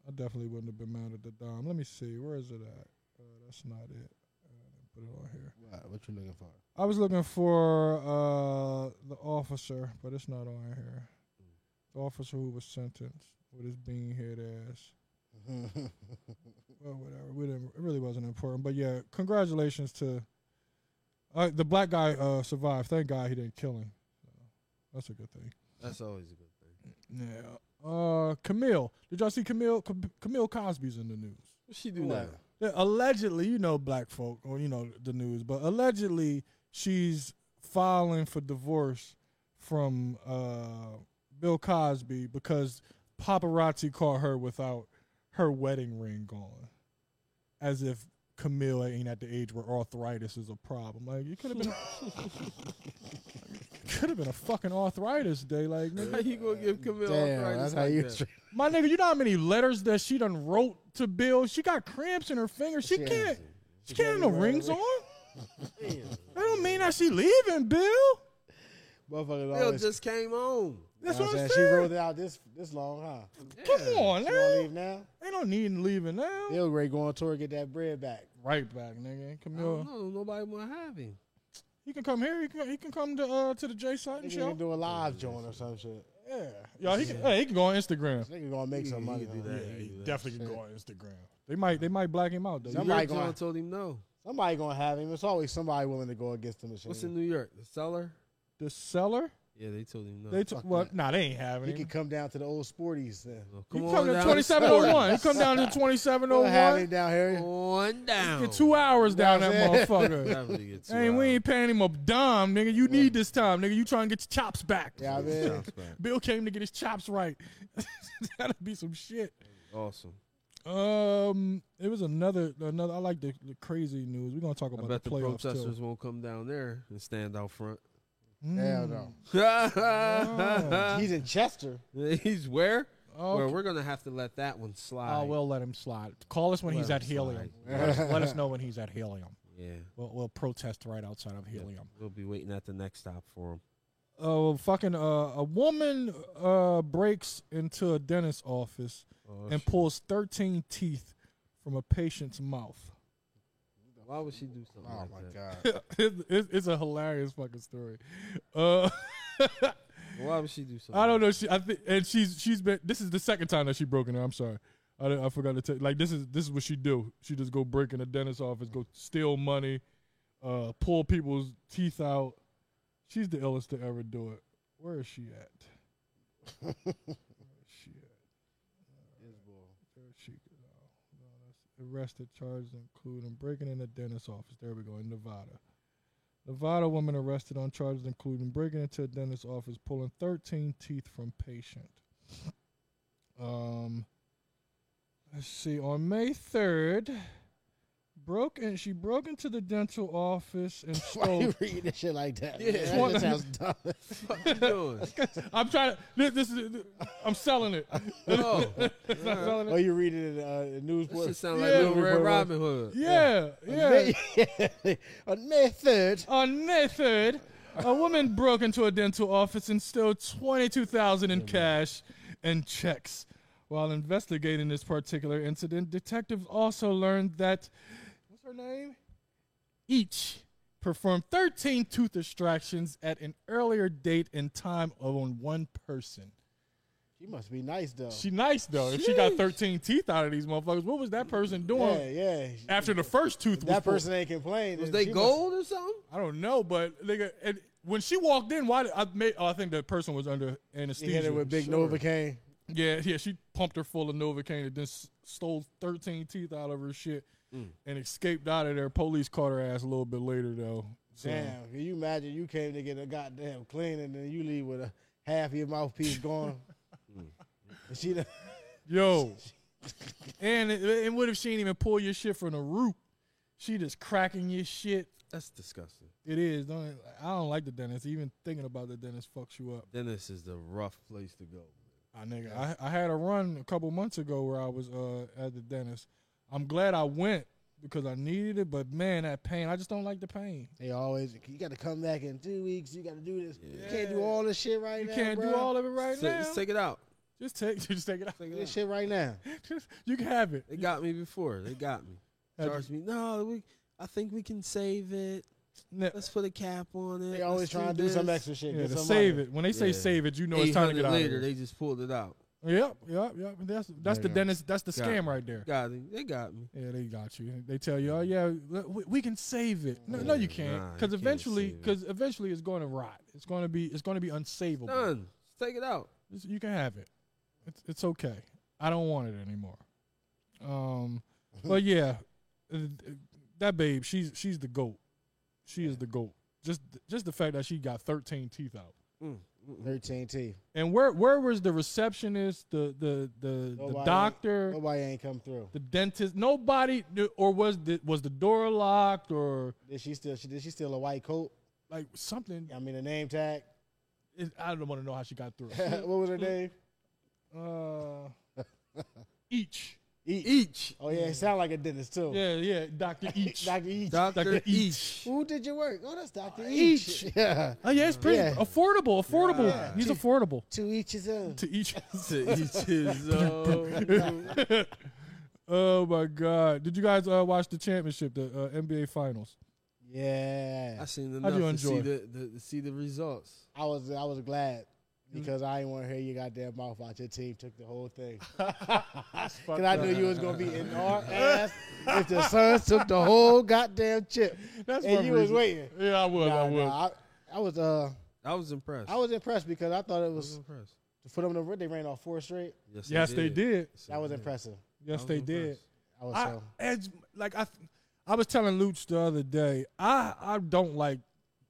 I definitely wouldn't have been mad at the dime. Let me see. Where is it at? Uh, that's not it. Uh, put it on here. What, what you looking <laughs> for? I was looking for uh, the officer, but it's not on here. The officer who was sentenced with his bean head ass. well, whatever. We didn't, it really wasn't important. But yeah, congratulations to uh, the black guy uh, survived. Thank God he didn't kill him. That's a good thing. That's always a good thing. Yeah. Uh, Camille. Did y'all see Camille? Cam- Camille Cosby's in the news. What she do What? now? Yeah, allegedly, you know, black folk, or you know, the news, but allegedly, she's filing for divorce from uh, Bill Cosby because paparazzi caught her without her wedding ring on, as if Camille ain't at the age where arthritis is a problem. Like you could have been, <laughs> could have been a fucking arthritis day. Like nigga, How you gonna give Camille Damn, arthritis that's how like you. that? treat- my nigga, you know how many letters that she done wrote to Bill? She got cramps in her fingers. She She can't. has it. She She can't have no can't wear rings it. on. That don't mean that she leaving, Bill. <laughs> Motherfuckers Bill always. just came home. That's you know what I'm She saying. rolled it out this this long, huh? Come on, She gonna now. leave now. They don't need leaving now. Bill Ray going on tour get that bread back. Right back, nigga. I don't Camille, know. Nobody wanna have him. he can come here. He can, he can come to uh to the Jay Sutton Nigga show. can do a live joint or some shit. yeah, y'all. He can, hey, he can go on Instagram. Nigga gonna make some He- he money. could do huh? that. Yeah, he he do that definitely can go on Instagram. They might they might black him out though. Some- You- Somebody Somebody gonna- told him no. Somebody gonna have him. It's always somebody willing to go against the machine. What's in New York? The cellar? The seller, Yeah, they told him no. They took Fuck well, that. nah, they ain't having He could him. come down to the old sporties then. So He come on come to down. 2701. He come down to We'll have him 2701. down here. On down. <laughs> Get two hours down what that I'm saying? motherfucker. Definitely get <laughs> two Hey, we hours. <laughs> ain't paying him a dime, nigga. You need this time, nigga. You trying to get your chops back. Yeah, I mean, Sounds bad. Bill came to get his chops right. <laughs> That'd be some shit. Awesome. Um, it was another another. I like the, the crazy news. We're gonna talk I about bet the the playoffs protesters too. won't come down there and stand out front. <laughs> hell Mm. no. Wow. He's in Chester. <laughs> He's where? Oh, Okay. Oh, Well, we're gonna have to let that one slide. I will let him slide. Call us when Let he's him at slide. Helium. Let us- <laughs> let us know when he's at Helium. Yeah, We'll, we'll protest right outside of Helium. we'll be waiting at the next stop for him. Oh, fucking uh, a woman uh breaks into a dentist's office Oh, and shit. pulls 13 teeth from a patient's mouth. <laughs> Why would she do something? Oh like my that? <laughs> god. it's, it's it's a hilarious fucking story. Uh, <laughs> Why would she do something? I don't like know. She, I think, and she's she's been. This is the second time that she broken her. I'm sorry, I, don't- I forgot to tell. Like this is this is what she do. She just go break in a dentist's office, go steal money, uh, pull people's teeth out. She's the illest to ever do it. Where is she at? <laughs> Where is she at? There she go. No, that's arrested charges including breaking in a dentist's office. There we go in Nevada. Nevada woman arrested on charges including breaking into a dentist's office, pulling 13 teeth from patient. Um, let's see. On May 3rd, broke in, she broke into the dental office and <laughs> Why stole. you reading this shit like that? Yeah. Yeah, that just sounds <laughs> dumb. that. What you I'm trying to. This, this is. I'm selling it. <laughs> <laughs> doing? oh, I'm selling Oh, it. you reading it uh, in that Newsboy? shit sound like Yeah, Little Red Red Robin Hood. Yeah, yeah. <laughs> On May third, On May 3rd, a woman broke into a dental office and stole 22000 in cash and checks. While investigating this particular incident, detectives also learned that, what's her name? Each performed 13 tooth extractions at an earlier date and time on one person. she must be nice though. She nice though. If she got 13 teeth out of these motherfuckers, what was that person doing yeah, yeah. She- after the first tooth was that pulled? person ain't complaining. Was they She must- gold or something? I don't know, but nigga, and when she walked in, why? Did, I made. Oh, I think the person was under She anesthesia. hit it with big Novocaine. Yeah, yeah. She pumped her full of Novocaine and then s- stole thirteen teeth out of her shit Mm. and escaped out of there. Police caught her ass a little bit later though. So, Damn, can you imagine you came to get a goddamn clean and then you leave with a half of your mouthpiece <laughs> gone? and she, done- Yo, and and what if she ain't even pull your shit from the root? She just cracking your shit. That's disgusting. It is. Don't, I don't like the dentist. Even thinking about the dentist fucks you up. Dennis is the rough place to go. I Ah, nigga, I, I had a run a couple months ago where I was uh, at the dentist. I'm glad I went because I needed it, but man, that pain. I just don't like the pain. they always you got to come back in two weeks. You got to do this. You can't do all this shit right You now. can't do bruh. all of it right Let's now. take, let's take it out. just take, <laughs> just take it out. Do this shit right now. <laughs> Just- you can have it. They got me before. They got me. How'd you- Charged me. No, we. I think we can save it. No, Let's put a cap on it. They Let's always trying to do some this." extra shit. yeah, get to some save money. it. When they say Yeah. save it, you know it's time to get 800 out. later. of They here. just pulled it out. Yep, yep, yep. That's that's the Yeah. dentist. That's the Got scam it. right there. Got it. They got me. Yeah, they got you. They tell you, oh yeah, le- we, we can save it. No, no you Yeah, can't, nah, you because can't eventually, save it. because eventually it's going to rot. It's going to be, it's going to be unsavable. Done. Let's take it out. It's- You can have it. It's it's okay. I don't want it anymore. Um, Mm-hmm. but yeah, uh, that babe, she's she's the goat. She is the goat. Just just the fact that she got thirteen teeth out. Mm. Thirteen teeth. And where where was the receptionist, the the the, the Nobody- doctor, Nobody ain't come through. the dentist? Nobody, knew- or was the was the door locked, or Did she still? She, did she still a white coat? like something? I mean, a name tag. <laughs> It, I don't want to know how she got through. what was <laughs> her name? uh, <laughs> each, Each. Oh yeah, it sounded like a dentist too. yeah, yeah, <laughs> Doctor Each. Doctor Each. Doctor Dr. Each. Who did you work? Oh, that's Doctor Each. Each. <laughs> Yeah. Oh yeah, it's pretty Yeah. affordable. Affordable. He's affordable To each his own. to each. <laughs> to <laughs> each his own. oh my God! Did you guys uh, watch the championship, the uh, NBA Finals? Yeah. I seen How enough do you to see enjoy? the, the to see the results. I was I was glad because I didn't want to hear your goddamn mouth out. Your team took the whole thing. Because I knew you was gonna be in our ass if the Suns took the whole goddamn chip. That's and one you was reason. waiting. Yeah, I was. I Nah, was. nah, I, I was uh I was impressed. I was impressed because I thought it I was was impressed. for them. to- They ran off four straight. Yes, they did. Yes, That was they impressive. Yes, I they was did. impressed. I was I, so. Edge, like I, th- I was telling Luch the other day. I I don't like,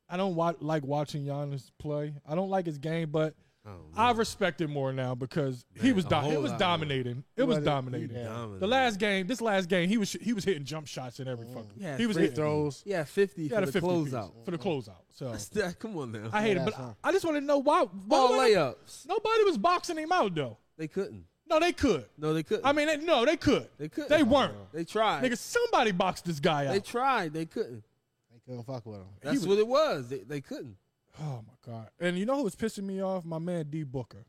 I don't wa- like watching Giannis play. I don't like his game, but I don't know. I respect it more now because he Man, was a do- it whole was lot more. dominating. It was wasn't- dominating. yeah. Dominated. The last game, this last game, he was sh- he was hitting jump shots and every fucking. Yeah, he was free hitting, throws. Yeah, 50 He for had the a 50 piece closeout. for the closeout. So That's that- Come on now. I hate it, Yeah, but that's I, fine. I just want to know why. why Ball wasn't- layups. Nobody was boxing him out though. They couldn't. No, they could. No, they couldn't. I mean, they, no, they could. they couldn't. They weren't. They tried. Nigga, somebody boxed this guy out. They tried. They couldn't. They couldn't fuck with him. That's was- what it was. They, they couldn't. Oh my god! And you know who was pissing me off? My man D Booker.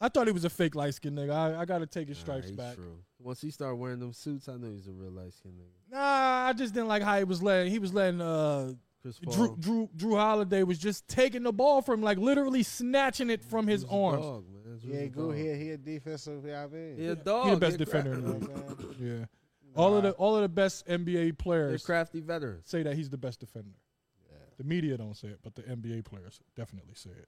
I thought he was a fake light skinned nigga. I, I got to take his stripes he's back. True. Once he started wearing them suits, I knew he's a real light skinned nigga. Nah, I just didn't like how he was letting. He was letting uh, Chris Paul. Drew Drew Drew Holiday was just taking the ball from like literally snatching it from his Drew's a arms. Dog, man. Drew's Yeah, a go dog. here. He a defensive. Yeah, I mean, He a dog. He the best Oh, They're cra- defender in the You know league. what I'm saying? Yeah, all of the all of the best NBA They're players crafty veterans. say that he's the best defender. The media don't say it, but the NBA players definitely say it.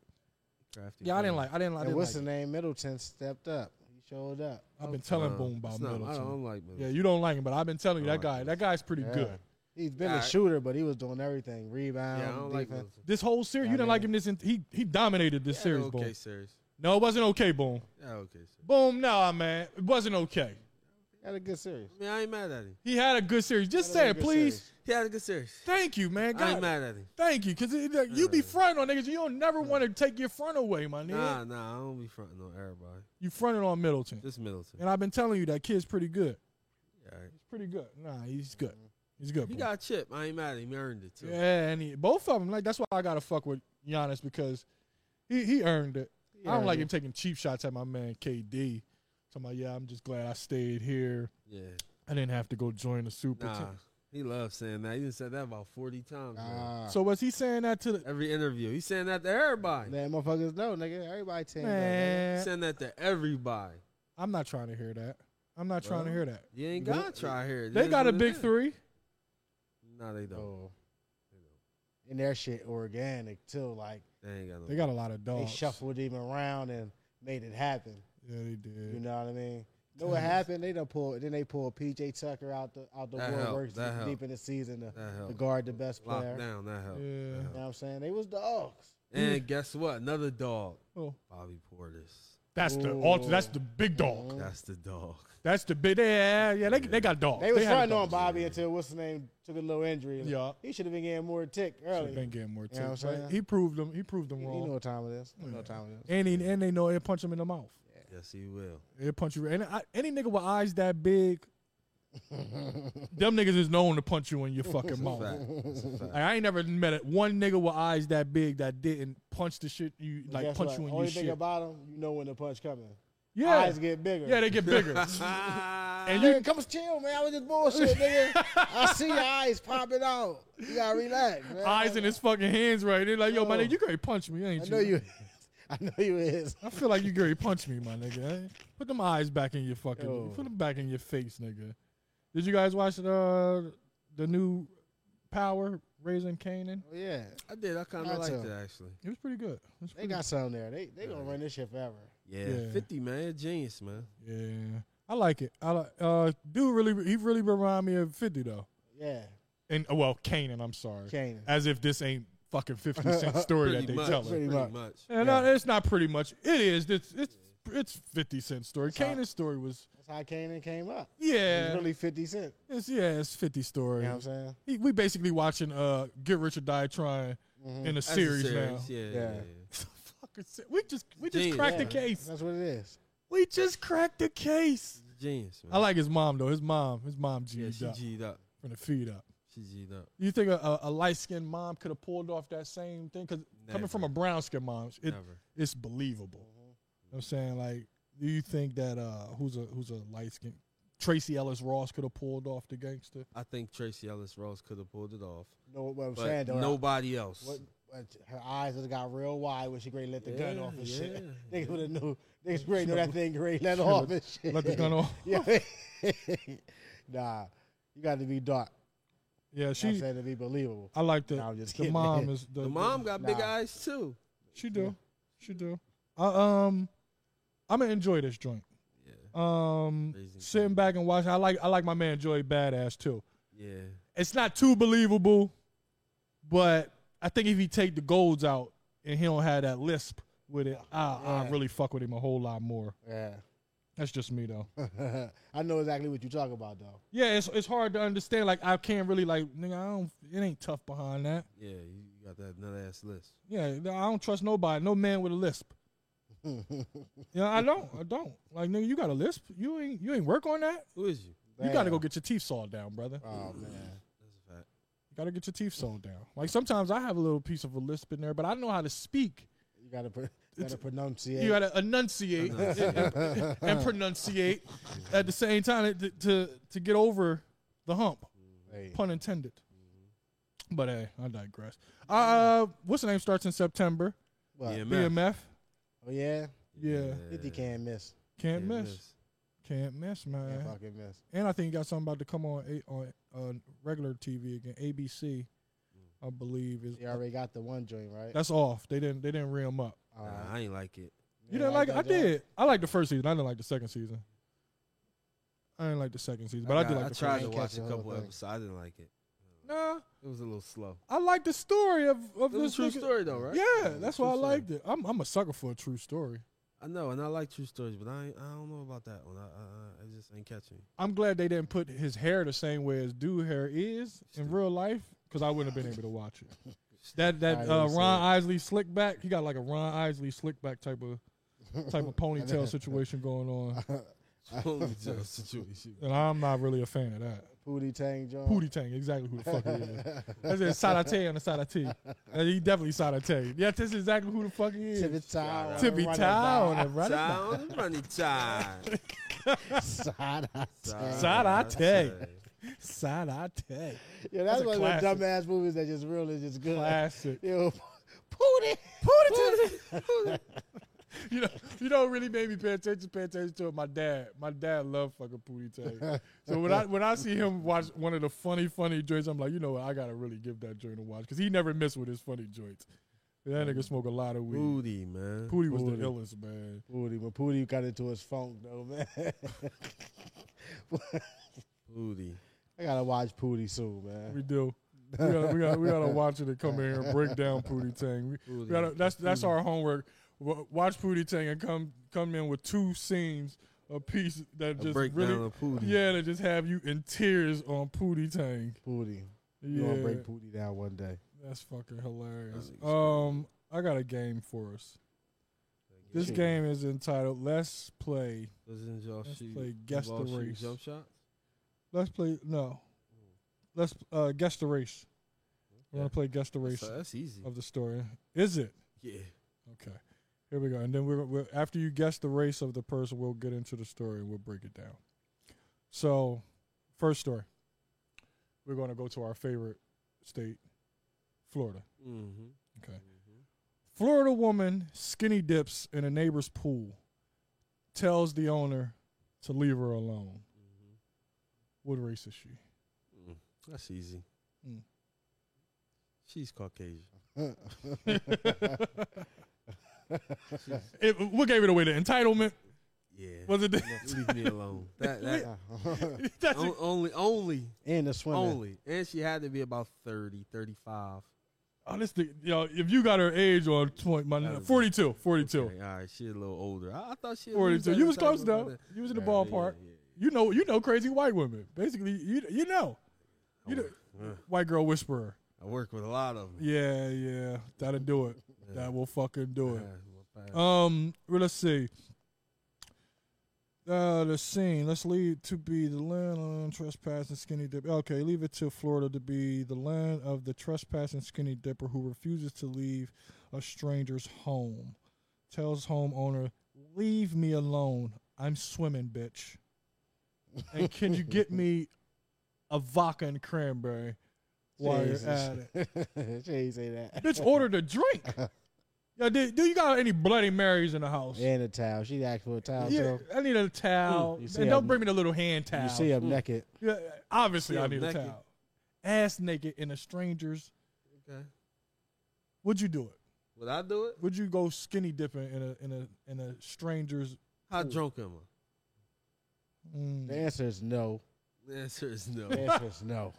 Crafty Yeah, I didn't veterans. like. I didn't, I And didn't what's the like. name? Middleton stepped up. He showed up. I've been telling Nah, Boom about Uh, it's not- I Middleton. don't like Yeah, Middleton. you don't like him, but I've been telling you I that like guy. That guy's pretty Yeah. good. He's been All a right. shooter, but he was doing everything: rebound, Yeah, I don't like defense. Middleton. This whole series, Yeah, you didn't I like mean- him. This in, he he dominated this Yeah, series, okay, boom. series. No, it wasn't okay, boom. Yeah, okay, series. Boom, nah, man, it wasn't okay. Had a good series. I mean, I ain't mad at him. He had a good series. Just saying, Had a good please, series. He had a good series. thank you, man. I God, ain't mad at him. thank you, because like, you be fronting on niggas. You don't never want to take your front away, my nigga. Nah, nah, I don't be fronting on everybody. You fronted on Middleton, Just Middleton. and I've been telling you that kid's pretty good. All right. He's pretty good. Nah, he's good. He's good. Mm-hmm. He Boom. got a chip. I ain't mad at him. He earned it too. yeah, and he, both of them. Like that's why I gotta fuck with Giannis because he he earned it. I don't earned like it. him taking cheap shots at my man KD. So I'm like, yeah, I'm just glad I stayed here. Yeah. I didn't have to go join the super Nah. team. He loves saying that. He done said that about forty times. man. Ah, So was he saying that to the Every interview, he's saying that to everybody. let motherfuckers know, nigga. Everybody team. He's man? saying that to everybody. I'm not trying to hear that. I'm not trying to Well, hear that. You ain't gotta try here. They got a big three. No, they don't. Oh. And their shit organic too. Like They ain't got no. They got a lot of they dogs. shuffled him around and made it happen. Yeah, they You did. know what I mean? Know what happened? They done pulled. Then they pulled PJ Tucker out the out the That war helped. works That deep, helped. in the season to, That to helped. guard the best player. lockdown. That helped. That Yeah. You know helped. what I'm saying? They was dogs. And guess what? Another dog. Oh, Bobby Portis. that's the Ooh. alt- that's the big Mm-hmm. dog. That's the dog. That's the big. Yeah, yeah. They, they got dogs. They was had fronting dogs. on Bobby until what's the name took a little injury. Yeah. He should have been getting more tick early. Should've Been getting more You know tips. what I'm right? saying? He proved them. He proved them You wrong. know what time it is. You know what time it is. and he, and they know it punch him in the mouth. Yes, he will. It punch you. And I, any nigga with eyes that <laughs> big, them niggas is known to punch you in your fucking mouth. Fact. <laughs> That's a fact. Like, I ain't never met a, one nigga with eyes that big that didn't punch the shit you like Guess punch what? you in Only your thing shit. about him, you know when the punch coming. yeah, Eyes get bigger. yeah, they get bigger. Ah, <laughs> and Nigga, you, come chill, man. I was just bullshit, <laughs> nigga. I see your eyes popping out. You gotta relax, man. eyes in his fucking hands right there. Like yo, my Oh. nigga, you can't punch me, ain't I you? know you. <laughs> I know <laughs> you is. I feel like you gonna punch me, my nigga. eh? Put them eyes back in your fucking. Yo. Put them back in your face, nigga. Did you guys watch uh, the new Power Raising Canaan? Oh, yeah, I did. I kind Not of liked to. it actually. It was pretty good. It was they pretty got something there. They they gonna run this shit forever. Yeah, Yeah. fifty man, genius man. Yeah, I like it. I like uh, dude. Really, he really remind me of Fifty though. Yeah, And oh, well, Kanan. I'm sorry. Kanan. As if this ain't fucking Fifty <laughs> Cent story Pretty that they much. telling. Pretty Pretty much. much. And uh, it's not pretty much. It is. It's it's it's Fifty Cent story. how- Kanan's story was that's how Kanan came up. It's yeah. really Fifty Cent. It's yeah. It's Fifty story. You know what I'm saying? He- we basically watching uh Get Rich or Die Trying Mm-hmm. in a That's a series, now. <laughs> Yeah, yeah. Yeah. yeah. Fucking se- we just we just Genius. cracked Yeah, the case. That's what it is. We just cracked the case. Genius man. I like his mom though. His mom, his mom Yeah, G'd she up G'd up. from the feed up. She G'd up. You think a, a, a light skinned mom could have pulled off that same thing? Because coming Never. from a brown skinned mom, it, Never. it's believable. You know what I'm saying, like, do you think that uh, who's a who's a light skinned Tracy Ellis Ross could have pulled off the gangster? I think Tracy Ellis Ross could have pulled it off, You know what, what I'm saying? but Though, nobody else. What, what, her eyes just got real wide when she great let the gun Yeah, off and shit. <laughs> yeah, Niggas would have knew. Niggas great know that thing great let off and shit. Let the gun off. <laughs> Yeah. <laughs> nah, you got to be dark. Yeah, She she. said to be believable. I like the, Nah, I'm just the <laughs> kidding. mom is the, The mom got big Nah. eyes too. she do, she do. I, um, I'm gonna enjoy this joint. Yeah. Um, Amazing sitting back and watching. I like I like my man Joy Badass too. Yeah. It's not too believable, but I think if he take the golds out and he don't have that lisp with it, I I Yeah. really fuck with him a whole lot more. Yeah. <laughs> That's just me though. I know exactly what you talk about though. Yeah, it's it's hard to understand. Like I can't really like nigga. I don't. It ain't tough behind that. Yeah. You got that nut ass list. Yeah, I don't trust nobody. No man with a lisp. Yeah, I don't. I don't. Like nigga, you got a lisp. You ain't you ain't work on that. Who is you? You got to go Damn. get your teeth sawed down, brother. Oh man. That's a fact. You got to get your teeth sawed down. Like sometimes I have a little piece of a lisp in there, but I know how to speak. You gotta pr- you gotta pronunciate. You got to enunciate and, and, <laughs> and pronunciate at the same time to, to to get over the hump. Hey. Pun intended. Mm-hmm. But hey, I digress. Uh, what's the name starts in September? What? Yeah, man. BMF. Oh yeah. Yeah, Fifty can't miss. can't Can't miss. miss. Can't miss, man. Can't fucking miss. and I think you got something about to come on a, on uh, regular TV again. ABC, Mm. I believe is. You already got the one joint right. That's off. They didn't. They didn't ring him up. All Nah, right. I ain't like it. You didn't like? it? I that joint? did. I liked the first season. I didn't like the second season. I didn't like the second season, but I, got- do like I the tried first. to Ain't watch catching a the whole couple thing. episodes. I didn't like it. Nah, It was a little slow. I like the story of of It was this a true nigga. story though, right? Yeah, that's true why I story. liked it. I'm I'm a sucker for a true story. I know, and I like true stories, but I ain't, I don't know about that one. I, I, I it just ain't <laughs> catching. <laughs> I'm glad they didn't put his hair the same way as dude hair is in real life, because I wouldn't have been able to watch <laughs> it. That that I uh, understand. Ron Isley slick back, he got like a Ron Isley slick back type of <laughs> type of ponytail situation going on, Ponytail situation. and I'm not really a fan of that. Pootie Tang joint. Pootie Tang, exactly who the fuck it is. That's it, Sadate on the Sadate. Uh, He definitely Sadate. Yeah, that's exactly who the fuck he is. Tippy Town. Tippy Tow on the running back. Town <laughs> running <laughs> time. <laughs> Side eye tang. Side eye tag. tag. Sadate. Yeah, that's, a one of the classic. dumbass movies that just real is just good. Classic. <laughs> Yo, Pootie. Pootie. <laughs> You know, you know, what really made me pay attention. Pay attention to it. My dad, my dad loved fucking Pootie Tang. So when I when I see him watch one of the funny funny joints, I'm like, you know what? I gotta really give that joint a watch because he never missed with his funny joints. That Mm. nigga smoke a lot of weed. Booty, man. Pootie was Pootie. the illest man. Pootie. When Pootie got into his funk though, man. <laughs> Booty. I gotta watch Pootie soon, We man. do. We gotta, we gotta, we gotta watch it and come in here and break down Pootie Tang. We, we Pootie. gotta, that's that's our homework. Wa- Watch Pootie Tang and come come in with two scenes a piece that A just breakdown really of Pootie. yeah that just have you in tears on Pootie Tang. Pootie. You Yeah, gonna break Pootie down one day. that's fucking hilarious. That's Um, I got a game for us. This Shoot. game is entitled "Let's Play." Doesn't y'all Let's shoot? play Guess y'all the shoot Race. Jump shots. Let's play no. Let's uh, guess the race. We're gonna Okay. play guess the race So that's easy. of the story. Is it? Yeah. Okay. Here we go. And then we're, we're after you guess the race of the person, we'll get into the story and we'll break it down. So, first story. We're going to go to our favorite state, Florida. Mm-hmm. Okay. Florida woman skinny dips in a neighbor's pool, tells the owner to leave her alone. What race is she? Mm-hmm. <laughs> Mm, that's easy. Mm. She's Caucasian. It, what gave it away? The entitlement? Yeah. <laughs> Was it? The, Leave me alone. That, that <laughs> that's on, only, only, and the swimming. <laughs> only. And she had to be about 30, 35. Honestly, yo, if you got her age on 20, my, That'd be- 42, 42, Okay, all right, she's a little older. I, I thought she. 42. You was close though. You was in the Yeah, ballpark. yeah, yeah. You know, you know, crazy white women. Basically, you you know, I You work, uh, white girl whisperer. I work with a lot of them. Yeah, yeah, that'll do it. That will fucking do it. Yeah. Um, well, let's see. Uh, the scene. Let's leave to be the land on trespassing skinny dip. Okay, leave it to Florida to be the land of the trespassing skinny dipper who refuses to leave a stranger's home. Tells homeowner, "Leave me alone. I'm swimming, bitch. And can you get me a vodka and cranberry while you're at it?" it. <laughs> she ain't say that. Bitch ordered a drink. Yo, do, do you got any Bloody Marys in the house? <laughs> And a towel. She asked for a towel Yeah, too. I need a towel. Mm, you see and don't him- bring me the little hand towel. Mm. You see him naked. Yeah, obviously, See I him need naked. a towel. Ass naked in a stranger's. Okay. Would you do it? Would I do it? Would you go skinny dipping in a in a in a stranger's? How drunk am Mm. The answer is no. I? The answer is no. <laughs> The answer is no.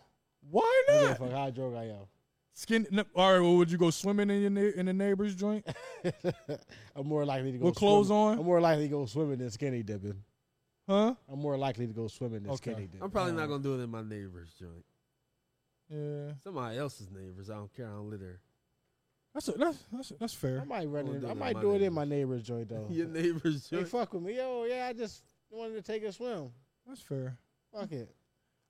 Why I don't give a not? fuck how drunk I am. Skin. No, all right. Well, would you go swimming in your neigh- in the neighbor's joint? <laughs> I'm more likely to go With clothes swimming- on? I'm more likely to go swimming than skinny dipping. Huh? I'm more likely to go swimming than Okay. skinny I'm dipping. probably No. not gonna do it in my neighbor's joint. Yeah. Somebody else's neighbors. I don't care. I don't litter. That's a, that's that's that's I fair. might run We'll it. do I it in might my do it in my neighbor's joint Oh. though. <laughs> Your neighbor's They joint. fuck with me. Yo, yeah, I just wanted to take a swim. That's fair. Fuck it.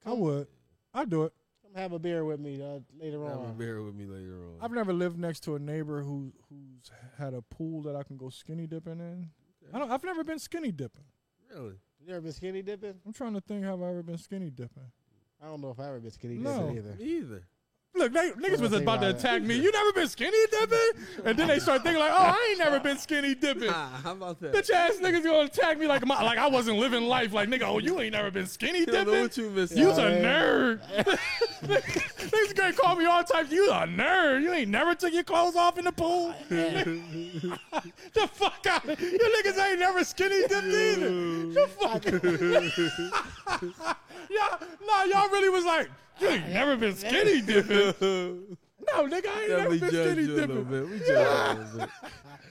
I would. I'd do it. Come have a beer with me uh, later Have a on. beer with me later on. I've never lived next to a neighbor who who's had a pool that I can go skinny dipping in. I don't. I've never been skinny dipping. <laughs> really? You ever been skinny dipping? I'm trying to think. Have I ever been skinny dipping? I don't know if I ever been skinny No. <laughs> dipping either. Me either. Look, they, niggas was think about to about it. attack me. You never been skinny dipping, and then they start thinking like, "Oh, I ain't never been skinny dipping." Ah, how about that? Bitch ass niggas gonna attack me like my like I wasn't living life. Like nigga, oh you ain't never been skinny You don't know dipping. what you missed. You's a Yeah, nerd. <laughs> niggas gonna call me all types. You a nerd. You ain't never took your clothes off in the <laughs> pool. <laughs> the fuck out. You niggas ain't never skinny <laughs> dipped either. <laughs> The fuck. y'all, nah, y'all really was like, you ain't never been skinny dipping. <laughs> No, nigga, I ain't never Definitely been judge skinny you a little bit. dipping. We judge you a little <laughs>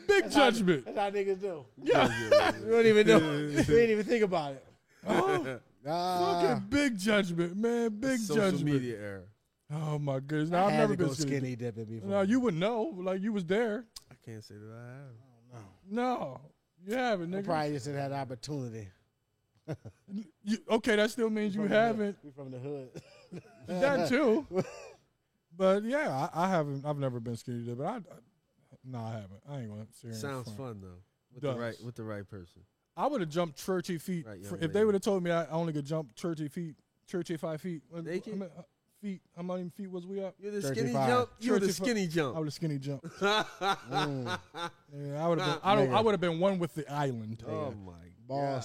bit. <laughs> Big judgment. That's how niggas do. Yeah. We don't even know. we didn't even think about it. Oh, Ah, fucking big judgment, man. Big Social judgment. media era. Oh my goodness. No, I've had never to go been skinny. skinny dipping before. No, you would know. Like you was there. I can't say that I have. No. You haven't, I nigga. probably just didn't have the opportunity. You- okay, that still means you From the hood. haven't. We from <laughs> the hood. <laughs> That too. but yeah, I, I haven't. I've never been skinny dipping. I, I no, I haven't. I ain't gonna. Serious Sounds fun though. With the Does. right with the right person. I would have jumped thirty feet Right, young fr- if lady. they would have told me I only could jump thirty feet, thirty five feet. What- Naked? how many, uh, feet? How many feet was we up? You're the skinny 35. jump. You're the 35. skinny I jump. <laughs> would have skinny jumped. Mm. Yeah, I would have. I don't. I would have been one with the island. Oh my Balls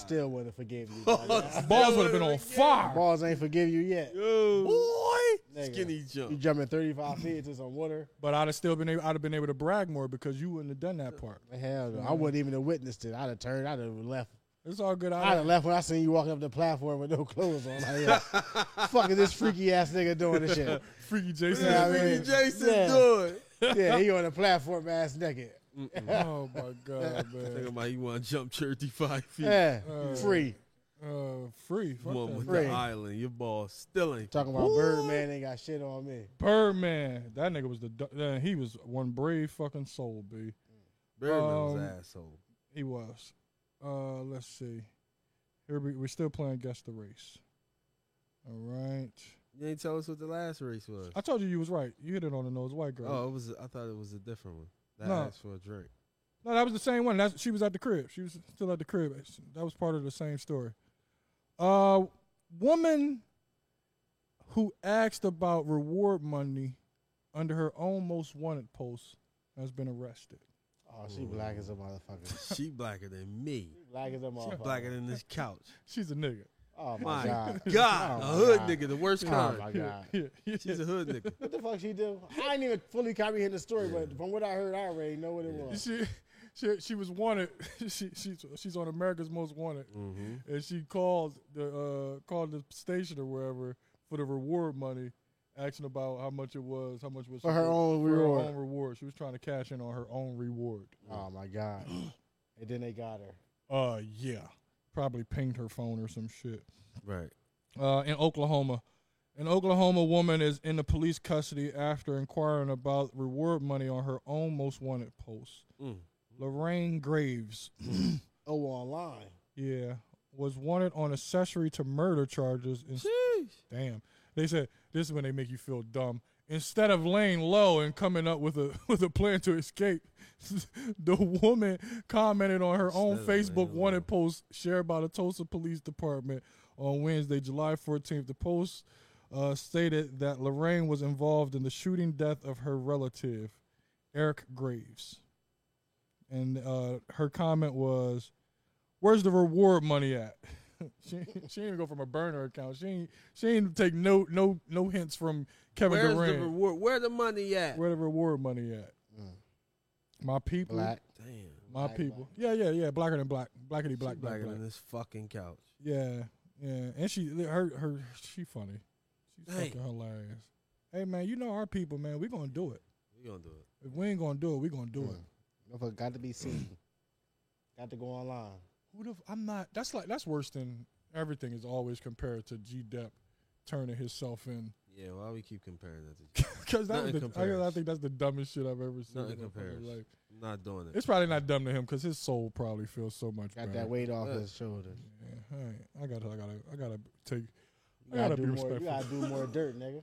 god. <laughs> still wouldn't forgive you. dog. Balls would have been on fire. Balls ain't forgive you yet. Yo, boy. Nigga. skinny You jump. jumping 35 feet into some water. But I'd have still been. Able, I'd have been able to brag more because you wouldn't have done that part. Hell no. I wouldn't even have witnessed it. I'd have turned. I'd have left. It's all good. I'd I <laughs> have left when I seen you walking up the platform with no clothes on. Like, <laughs> yeah. Fuck is this freaky ass nigga doing this shit? freaky Jason. Yeah, I Skinny mean, Jason yeah. do it. Yeah, he on the platform ass naked. <laughs> oh my <laughs> god, Think man. about you want to jump 35 feet. Yeah, Uh, free. Uh, free. Fuck One with that. Right. the island. Your ball still ain't. Talking about Birdman ain't got shit on me. Birdman. That nigga was the. du- Uh, he was one brave fucking soul, b. Birdman was Um, an asshole. He was. Uh, let's see. Here we, we're still playing guess the race. All right. You ain't tell us what the last race was. I told you you was right. You hit it on the nose, white girl. Oh, it was. I thought it was a different one. That No. asked for a drink. <laughs> No, that was the same one. That's she was at the crib. She was still at the crib. It's- That was part of the same story. Uh, woman who asked about reward money under her own most wanted post has been arrested. Oh, she black as a motherfucker. She blacker than me. Black as a She motherfucker. blacker than this couch. She's a nigga. Oh My my, god. God, Oh, a my hood God. nigga, the worst Oh kind. my god. <laughs> Yeah, yeah. She's a hood nigga. <laughs> What the fuck she do? I didn't even fully comprehend the story, but from what I heard, I already know what it was. she, she she was wanted. <laughs> She she's she's on America's Most Wanted, and she called the uh, called the station or wherever for the reward money, asking about how much it was, how much was For her own for reward. Her own reward. She was trying to cash in on her own reward. Oh my <gasps> god. And then they got her. Uh, yeah, probably pinged her phone or some shit. Right. uh, in Oklahoma. An Oklahoma woman is in the police custody after inquiring about reward money on her own most wanted post. Mm. Lorraine Graves, Oh, online. yeah, was wanted on accessory to murder charges. In- Damn, they said this is when they make you feel dumb. Instead of laying low and coming up with a <laughs> with a plan to escape, <laughs> the woman commented on her own Instead of Facebook laying low. wanted post shared by the Tulsa Police Department on Wednesday, July 14th. The post uh, stated that Lorraine was involved in the shooting death of her relative, Eric Graves, and uh, her comment was, "Where's the reward money at?" <laughs> she she ain't go from a burner account. She ain't she ain't take no no no hints from Kevin Where's Durant. the reward? Where the money at? Where the reward money at? My people. Mm. Black. Damn. My Black, people. Yeah, yeah, yeah. Blacker than black. Blackity black, She black, blacker black. than this fucking couch. Yeah, yeah. And she her her she funny. She's Hey. fucking hilarious. Hey man, you know our people, man. We gonna do it. We gonna do it. If we ain't gonna do it, we gonna do Mm. it. Mm-hmm. Motherfucker got to be seen. <clears throat> got to go online. Who the f- I'm not. That's like that's worse than everything is always compared to G Dep turning himself in <laughs> Yeah, why we keep comparing that to because that was Nothing the, I, guess I compares. think that's the dumbest shit I've ever seen. Nothing in my fucking compares. life. I'm not doing it. It's probably not dumb to him because his soul probably feels so much Got better. that weight off Yeah. his shoulders. Yeah, all right. I gotta, I gotta, I gotta take. You I gotta, gotta, be do more. You respectful. gotta do more dirt, <laughs> nigga.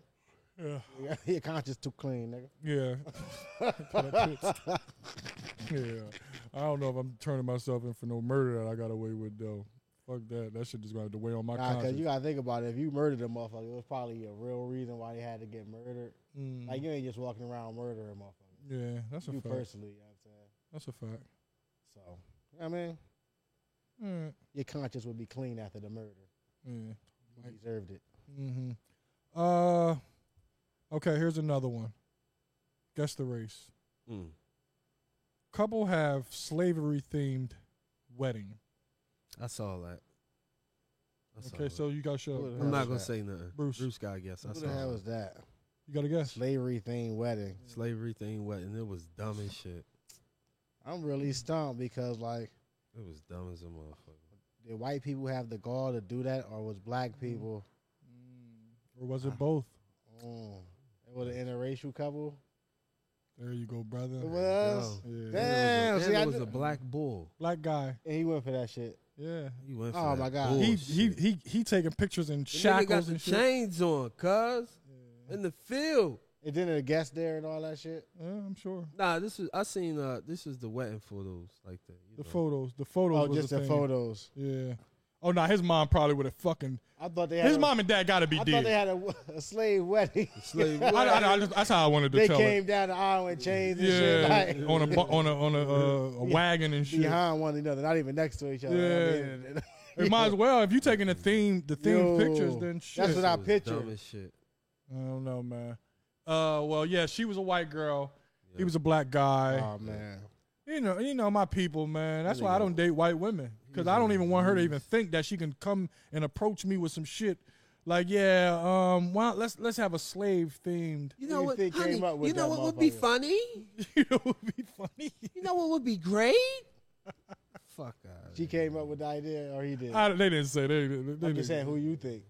Yeah. You gotta- Your conscience too clean, nigga. Yeah. Put up hits. yeah. <laughs> I don't know if I'm turning myself in for no murder that I got away with though. Fuck that. That shit just gonna have to weigh on my Nah, cause conscience. you gotta think about it. If you murdered a motherfucker, it was probably a real reason why they had to get murdered. Mm. Like you ain't just walking around murdering motherfuckers. yeah, that's a you fact. personally, you know what That's a fact. I'm saying. So, I mean, Yeah. your conscience would be clean after the murder. yeah. You Right. deserved it. mm, Mm-hmm. Uh. Okay. Here's another one. Guess the race. Mm. Couple have slavery themed wedding. I saw that. I saw Okay, that. so you got Who the show. hell I'm not is gonna that? say nothing. Bruce. Bruce got a guess. I Who saw the hell was that. that? You got to guess. Slavery thing wedding. slavery thing wet, and it was dumb as shit. I'm really stumped because like, It was dumb as a motherfucker. did white people have the gall to do that, or was Mm. black people? Or was it both? Mm, it was an interracial couple. There you go, brother. It was. go. Yeah. Damn, and see, I it was kn- a black bull. Black guy. And he went for that shit. Yeah. He went for Oh, that my God. he, bullshit. he he he taking pictures in The nigga got shackles the and shit. chains on, cuz in the field. And then the guest there and all that shit. Yeah, I'm sure. Nah, this is I seen. Uh, this is the wetting photos like that. you The know. photos, the photos. oh, was just the thing. photos. Yeah. Oh no, his mom probably would have fucking. I thought they had His a, mom and dad got to be I thought dead. they had a, a slave wedding. Slave I, I, I just, that's how I wanted to <laughs> they tell came it. down the aisle in chains and shit, Yeah, like, on a bu- on a on a, uh, a wagon and <laughs> shit. behind one another, not even next to each other. Yeah. mean, <laughs> It might as well if you taking the theme the Yo, theme pictures then shit. that's what I was picture. Dumb as shit. I don't know, man. Uh, well, yeah, she was a white girl. He was a black guy. oh man, You know, you know my people, man. That's why I nigga- don't date white women because I don't even want her to even think that she can come and approach me with some shit. Like, yeah, um, why let's let's have a slave themed. <laughs> You Who you think came up with that motherfucker? funny? you know, what would be funny. You know what would be great? <laughs> Fuck out. she came up with the idea, or he did. I, they didn't say they. didn't- they I'm just didn't- saying, who you think?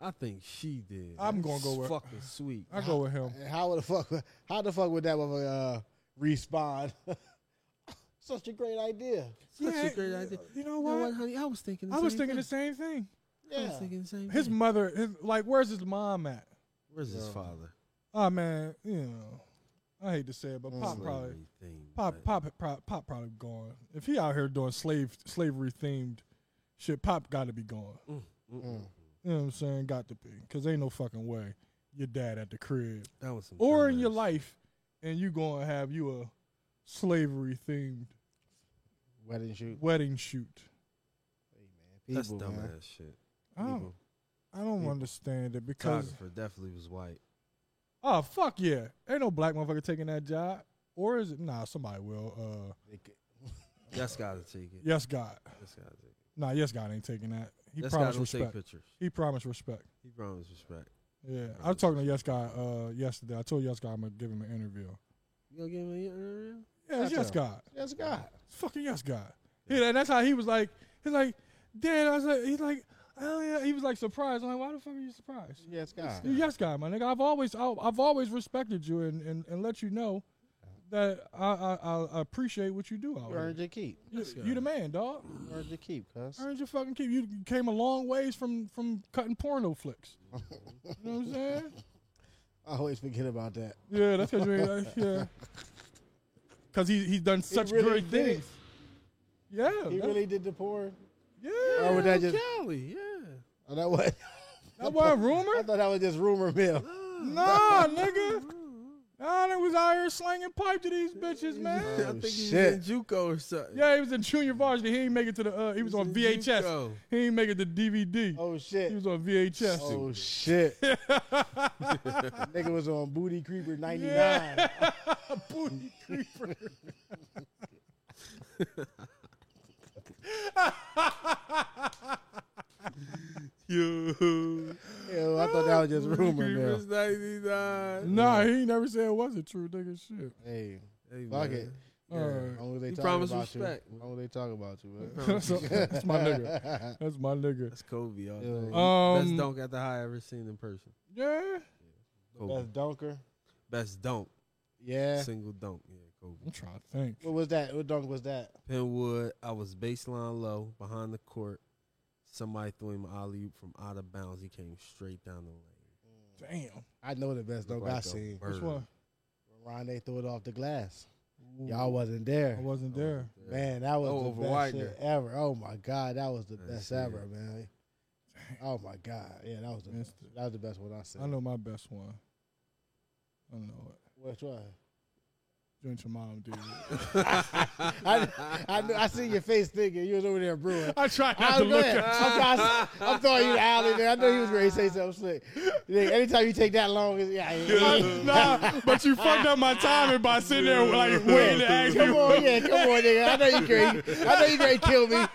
I think she did. I'm That's gonna go with- fucking sweet. I go with him. And how would the fuck? How the fuck would that motherfucker uh, respond? <laughs> Such a great idea. Such Yeah, a great idea. You know You know what, what? honey? I was thinking. The I was same thinking the thing. same thing. I Yeah. was thinking the same. His thing. mother, his, like, where's his mom at? where's his father? Oh man, you know, I hate to say it, but pop probably Mm. Slavery thing, Pop, man. pop, pop, pop, probably gone. If he out here doing slave slavery themed shit, Pop got to be gone. Mm. You know what I'm saying? Got to be, cause ain't no fucking way your dad at the crib That was some or dumb in your ass- life, and you gonna have you a slavery themed Wedding Mm. shoot. wedding shoot. People, That's dumb man. ass shit. I don't, People. I don't People. understand it because Photographer definitely was white. oh fuck yeah, ain't no black motherfucker taking that job. Or is it? Nah, somebody will. Uh, They ca- That's gotta take it. yes, God. That's gotta take it. Nah, yes, God ain't taking that. He That's promised gotta take respect. pictures. He promised respect. He promised respect. Yeah, I was talking to Yes Guy uh, yesterday. I told Yes Guy I'm gonna give him an interview. You gonna give him an interview? Yeah, it's Gotcha. Yes Guy. That's God. It's fucking Yes Guy. Yeah, and that's how he was like. He's like, Dad. I was like, he's like, oh yeah. He was like surprised. I'm like, why the fuck are you surprised? Yes, God. You Yes Guy, my nigga. I've always, I've I've always respected you and and, and let you know that I, I I- I appreciate what you do out You earned here. your keep. You, you the man, dog. You earned your keep, cuz. Earned your fucking keep. You came a long ways from from cutting porno <laughs> flicks. You know what I'm saying? I always forget about that. Yeah, that's because you ain't like, yeah. Because he, he's done such really great did it. things. Yeah. He that- really did the porn. yeah. Or was that just? Cali, yeah. Oh, <laughs> that what? That wasn't I rumor? <laughs> thought that was just rumor mill. Nah, nigga. Ah, they was out here slanging pipe to <laughs> these bitches, I man. Oh, think he's shit. in JUCO or something. Yeah, he was in junior varsity. He ain't make it to the. Uh, he was He's on in VHS. JUCO. He ain't make it to DVD. Oh He shit. was on VHS. <laughs> Oh shit. Nigga was on Booty Creeper 99. <laughs> Booty creeper. You. Yo, I thought that was just rumor, man. 99. Nah, he never said it wasn't true, nigga. Shit. Hey, Hey, fuck man. it. All As right. long as they You talk promise about respect. you. As long as they talk about you, man. that's, that's my nigga. That's my nigga. That's Kobe. All Yo. day. Best Um, dunk at the high I ever seen in person. Yeah. Kobe. <laughs> That's Dunker. Best dunk. Yeah. Single dunk. Yeah, Kobe. I'm trying to think. What was that? What dunk was that? Penwood. I was baseline low behind the court. Somebody threw him alley oop from out of bounds. He came straight down the lane. Damn. I know the best dunk Like I a seen. Which bird. one? Rondé threw it off the glass. Y'all wasn't there. I wasn't there. <laughs> Man, that was Oh, the over best Wagner. shit ever. Oh my god, that was the I best see ever, it. man. Oh my god, yeah, that was the Missed best. that was the best one I seen. I know my best one. I know it. Which one? <laughs> Drink your mom, dude. I, I, knew- I seen your face thinking you was over there brewing. <laughs> I tried not I to was look going. at Oh, I'm, trying- I'm throwing you out in there. I know he was ready to say something slick. Nigga, anytime you take that long, it's, yeah, yeah. you. nah, but you fucked up my timing by sitting <laughs> there like waiting to ask Come me. on, yeah, come on, nigga. I know you great. I know you great. Kill me.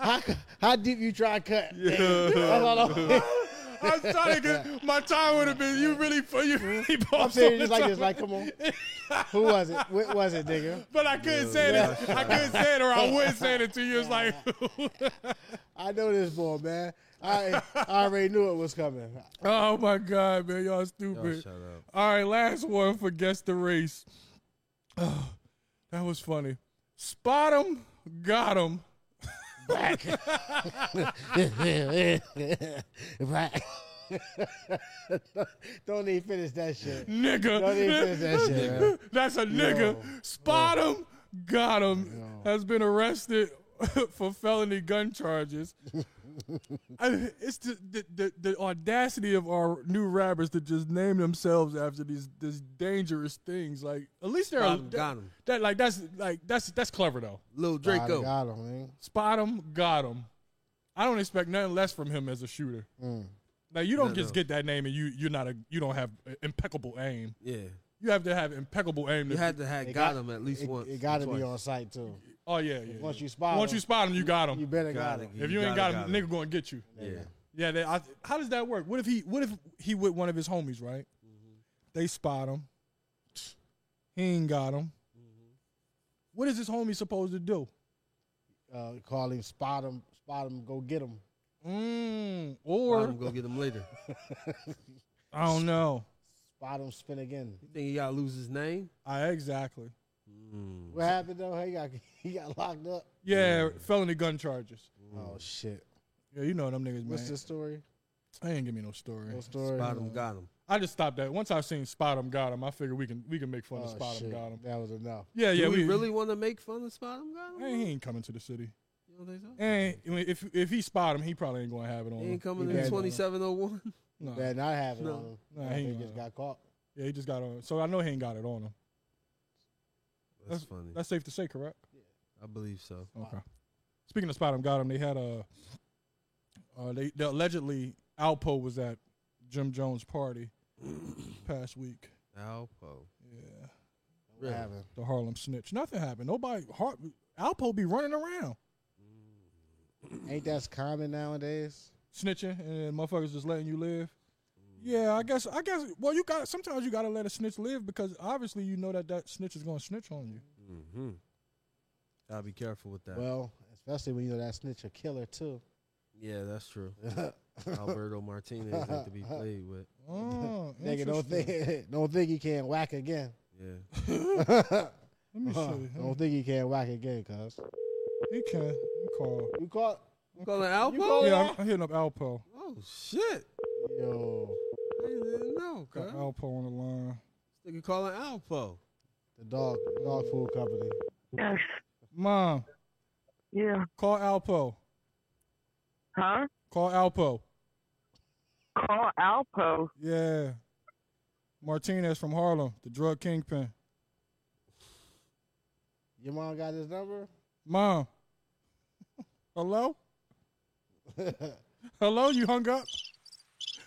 How, how deep you try to cut? That's all I'm, <laughs> I was trying to get my time would have been you really for you really I'm bossed saying on just the like this. time. Like, come on. Who was it? What was it, nigga? But I couldn't say that. <laughs> I couldn't say it, or <laughs> I would say it to you. It's like, I know this boy, man. I I already knew it was coming. oh my god, man, y'all Y'all stupid. shut up. All right, last one for guess the race. Oh, that was funny. Spot him, got him. Back. Back. <laughs> Don't even finish that shit. nigga. Don't even finish that <laughs> shit, man. That's a nigga. Yo. Spot him, got him. Yo. Has been arrested <laughs> for felony gun <laughs> charges. I- it's the, the, the, the audacity of our new rappers to just name themselves after these these dangerous things. Like at least they're Spot 'em, got 'em. That like that's like that's that's clever though. Lil Got him, Draco. Got him, man. Spot him, got him. I don't expect nothing less from him as a shooter. Now you don't No, just no. get that name and you you're not a you don't have impeccable aim. Yeah. You have to have impeccable aim. To You had to have It got him at least it, once. It got to be twice. on site too. oh yeah, yeah. Once yeah. you spot once him, you spot him, you got him. you better got Gotta him. get- if you you ain't got gotta him, got 'em. nigga going to get you. Yeah. Yeah. They, I, how does that work? What if he? What if he with one of his homies? Right. They spot him. He ain't got him. What is his homie supposed to do? Uh, call him, spot him, spot him, go get him. Mm, Or or go get him later. I don't know. Spot him, spin again. You think he gotta lose his name? I exactly. Mm. What happened though? He got <laughs> he got locked up. Yeah, felony gun charges. Mm. Oh shit! Yeah, you know them niggas, man. What's the story? I ain't give me no story. No story. Spot him, got him. I just stopped that. Once I seen Spot 'em, got 'em, I figured we can we can make fun Oh, of Spot 'em, shit. got 'em. That was enough. Yeah, Do yeah. we really want to make fun of Spot him, got Hey, him? he ain't coming to the city. You don't think so? And if if he spot him, he probably ain't gonna have it on. He Him. ain't coming You in bad, twenty seven oh one. No. Better not have it No. on him. Nah, I he think ain't he just gonna. got caught. Yeah, he just got on. So I know he ain't got it on him. That's funny. That's safe to say, correct? I believe so. Okay. Speaking of spot him, got him. They had a. Uh, they, they allegedly Alpo was at Jim Jones' <clears throat> party past week. Alpo. Yeah, What Really? happened? the Harlem Snitch. Nothing happened. Nobody. Har- Alpo be running around. Ain't that common nowadays? snitching and motherfuckers just letting you live. Yeah, I guess I guess well you got sometimes you got to let a snitch live because obviously you know that that snitch is going to snitch on <laughs> you. Mm-hmm. Gotta be careful with that. Well, especially when you know that snitch a killer too. yeah, that's <laughs> true. Alberto Martinez ain't to be played with. Oh, Nigga, don't interesting. think <laughs> don't think he can <laughs> whack again. <laughs> Yeah. Let me see. Uh, Don't think he can whack again, cuz. He can let me call. You caught You calling Alpo? call- Yeah, I'm, I'm hitting up Alpo. oh shit. yo I didn't know, Got cuz. Alpo on the line. Nigga calling Alpo. the dog dog food company. Yes. Mom, Yeah. call Alpo. Huh? Call Alpo. Call Alpo. Yeah. Martinez from Harlem, the drug kingpin. Your mom got his number? Mom. <laughs> <laughs> Hello? Hello? You hung up?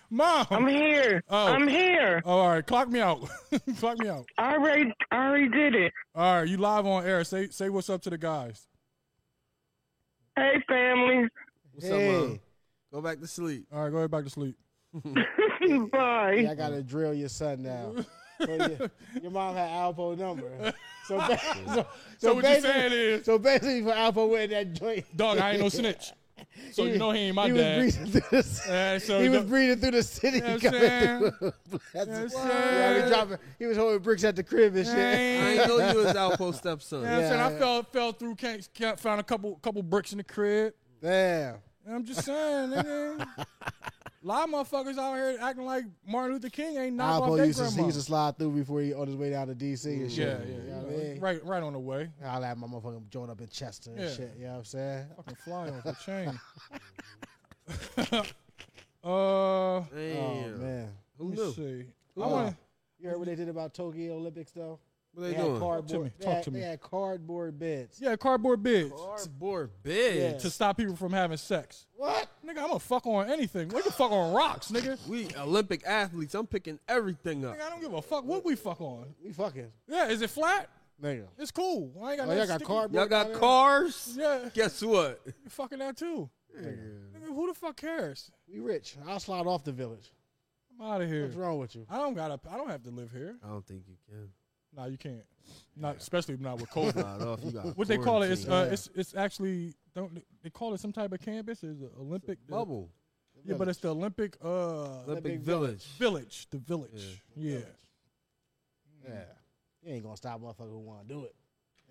Mom. I'm here. Oh. I'm here. Oh, all right. Clock me out. <laughs> Clock me out. I already, I already did it. All right. You live on air. Say say what's up to the guys. Hey, family. <laughs> What's up, hey, mom? Go back to sleep. All right. Go ahead back to sleep. Bye. yeah, I gotta drill your son now. So your, your mom had Alpo number. <laughs> So, ba- so, so, So, what you basically- saying is, So basically, for Alpo wearing that joint, dog, I ain't no <laughs> snitch. So you know he ain't my he dad. was breathing through the city. Yeah, so he was don't- breathing through the city. You know <laughs> what I'm coming saying? through. That's You know what I'm yeah, he, saying? dropping, he was holding bricks at the crib and shit. Hey. I ain't know you was <laughs> Alpo stepson. You know what I'm saying? I Yeah. fell fell through, can't, can't- found a couple couple bricks in the crib. Damn. And I'm just saying, <laughs> nigga. A lot of motherfuckers out here acting like Martin Luther King ain't knocked off Alpo their used to, he grandma. used to slide through before he on his way down to DC and shit. yeah, yeah, You know yeah. what I mean? right, right on the way. I'll have my motherfucking joint up in Chester and Yeah. shit. You know what I'm saying? Fucking fly off the chain. <laughs> uh, Damn. Oh, man. Who let knew? me see. I Oh, wanna, You heard what they did about Tokyo Olympics, though? What they, had doing? cardboard. to me. They, Talk had, to me. they had cardboard beds. yeah, cardboard bids Cardboard bed. to stop people from having sex. What? Nigga, I'm gonna fuck on anything. We can fuck on rocks, nigga. We Olympic athletes. I'm picking everything up. Nigga, I don't give a fuck what we fuck on. We fucking Yeah, is it flat? nigga. It's cool. I ain't got Oh, nothing y'all got sticky. cardboard. Y'all down got there? cars. Yeah, Guess what? you fucking that too. Nigga, who the fuck cares? We rich. I'll slide off the village. I'm out of here. What's wrong with you? I don't gotta. I don't have to live here. Uh, I don't think you can. No, you can't. Not especially not with COVID. Not off. You got what they call it? It's quarantine. uh, it's it's actually don't they call it some type of campus? It's a Olympic bubble. Yeah, but it's the Olympic uh Olympic Olympic Village. village. The village. Yeah. Yeah. You ain't gonna stop motherfucker who wanna do it.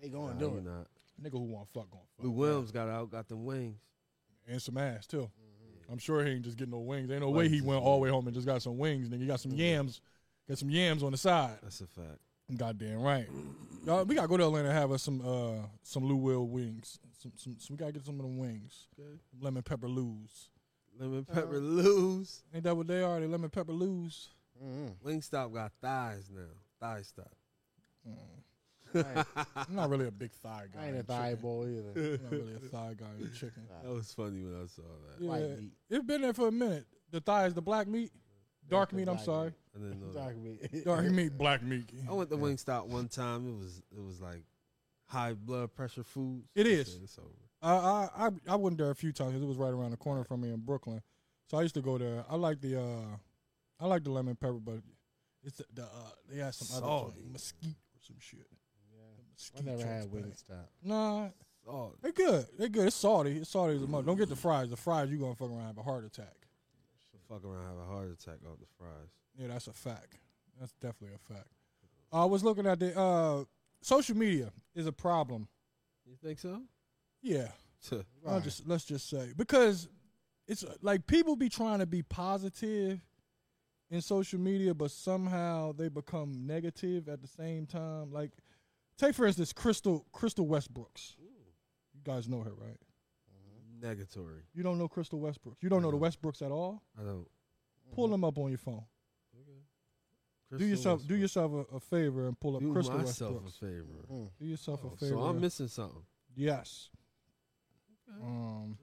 They gonna Nah, do you it. not. Nigga who want fuck going fuck Lou Williams got out, got them wings. and some ass too. I'm sure he ain't just getting no wings. Ain't no way he went all the way home and just got some wings. Nigga, you got some yams. Got some yams on the side. That's a fact. Goddamn right. Y'all, we gotta go to Atlanta and have us some uh some Lou Will wings. Some some, some we gotta get some of them wings. Okay. Lemon pepper Lou's. Lemon pepper lose. Ain't that what they are? They lemon pepper Lou's. Mhm. Wingstop got thighs now. Thigh stop. I'm not really a big thigh guy. <laughs> I ain't a in thigh chicken. boy <laughs> either. I'm not really a thigh guy <laughs> in chicken. That was funny when I saw that. Yeah, White meat. it's been there for a minute. The thigh is the black meat, dark the meat. I'm black sorry, I didn't know. That. Talk to me. dark meat, black meat. I went to Wingstop one time. It was it was like high blood pressure foods. It I is. said, It's over. I I I, I went there a few times. 'cause It was right around the corner from me in Brooklyn, so I used to go there. I like the uh, I like the lemon pepper, but it's the, the uh, they had some other Salty. joint, mesquite or some shit. <laughs> I Mesquite never joint's had better. Wingstop. Nah, Oh, they good. They good. It's salty. It's salty as a mother. Don't get the fries. The fries you gonna fuck around and have a heart attack. fuck around, have a heart attack off the fries. Yeah, that's a fact. That's definitely a fact. I was looking at the uh, social media is a problem. You think so? Yeah, Tuh. I'll just let's just say because it's uh, like people be trying to be positive in social media, but somehow they become negative at the same time. Like, take for instance Crystal Crystal Westbrooks. You guys know her, right? Negatory. You don't know Crystal Westbrooks. You don't know the Westbrooks at all. I don't. Pull them up on your phone. Crystal do yourself do Westbrook. yourself a, a favor and pull up Do Crystal myself Westbrooks. a favor. Mm. Do yourself Oh, a favor. So I'm missing something. Yes. Um,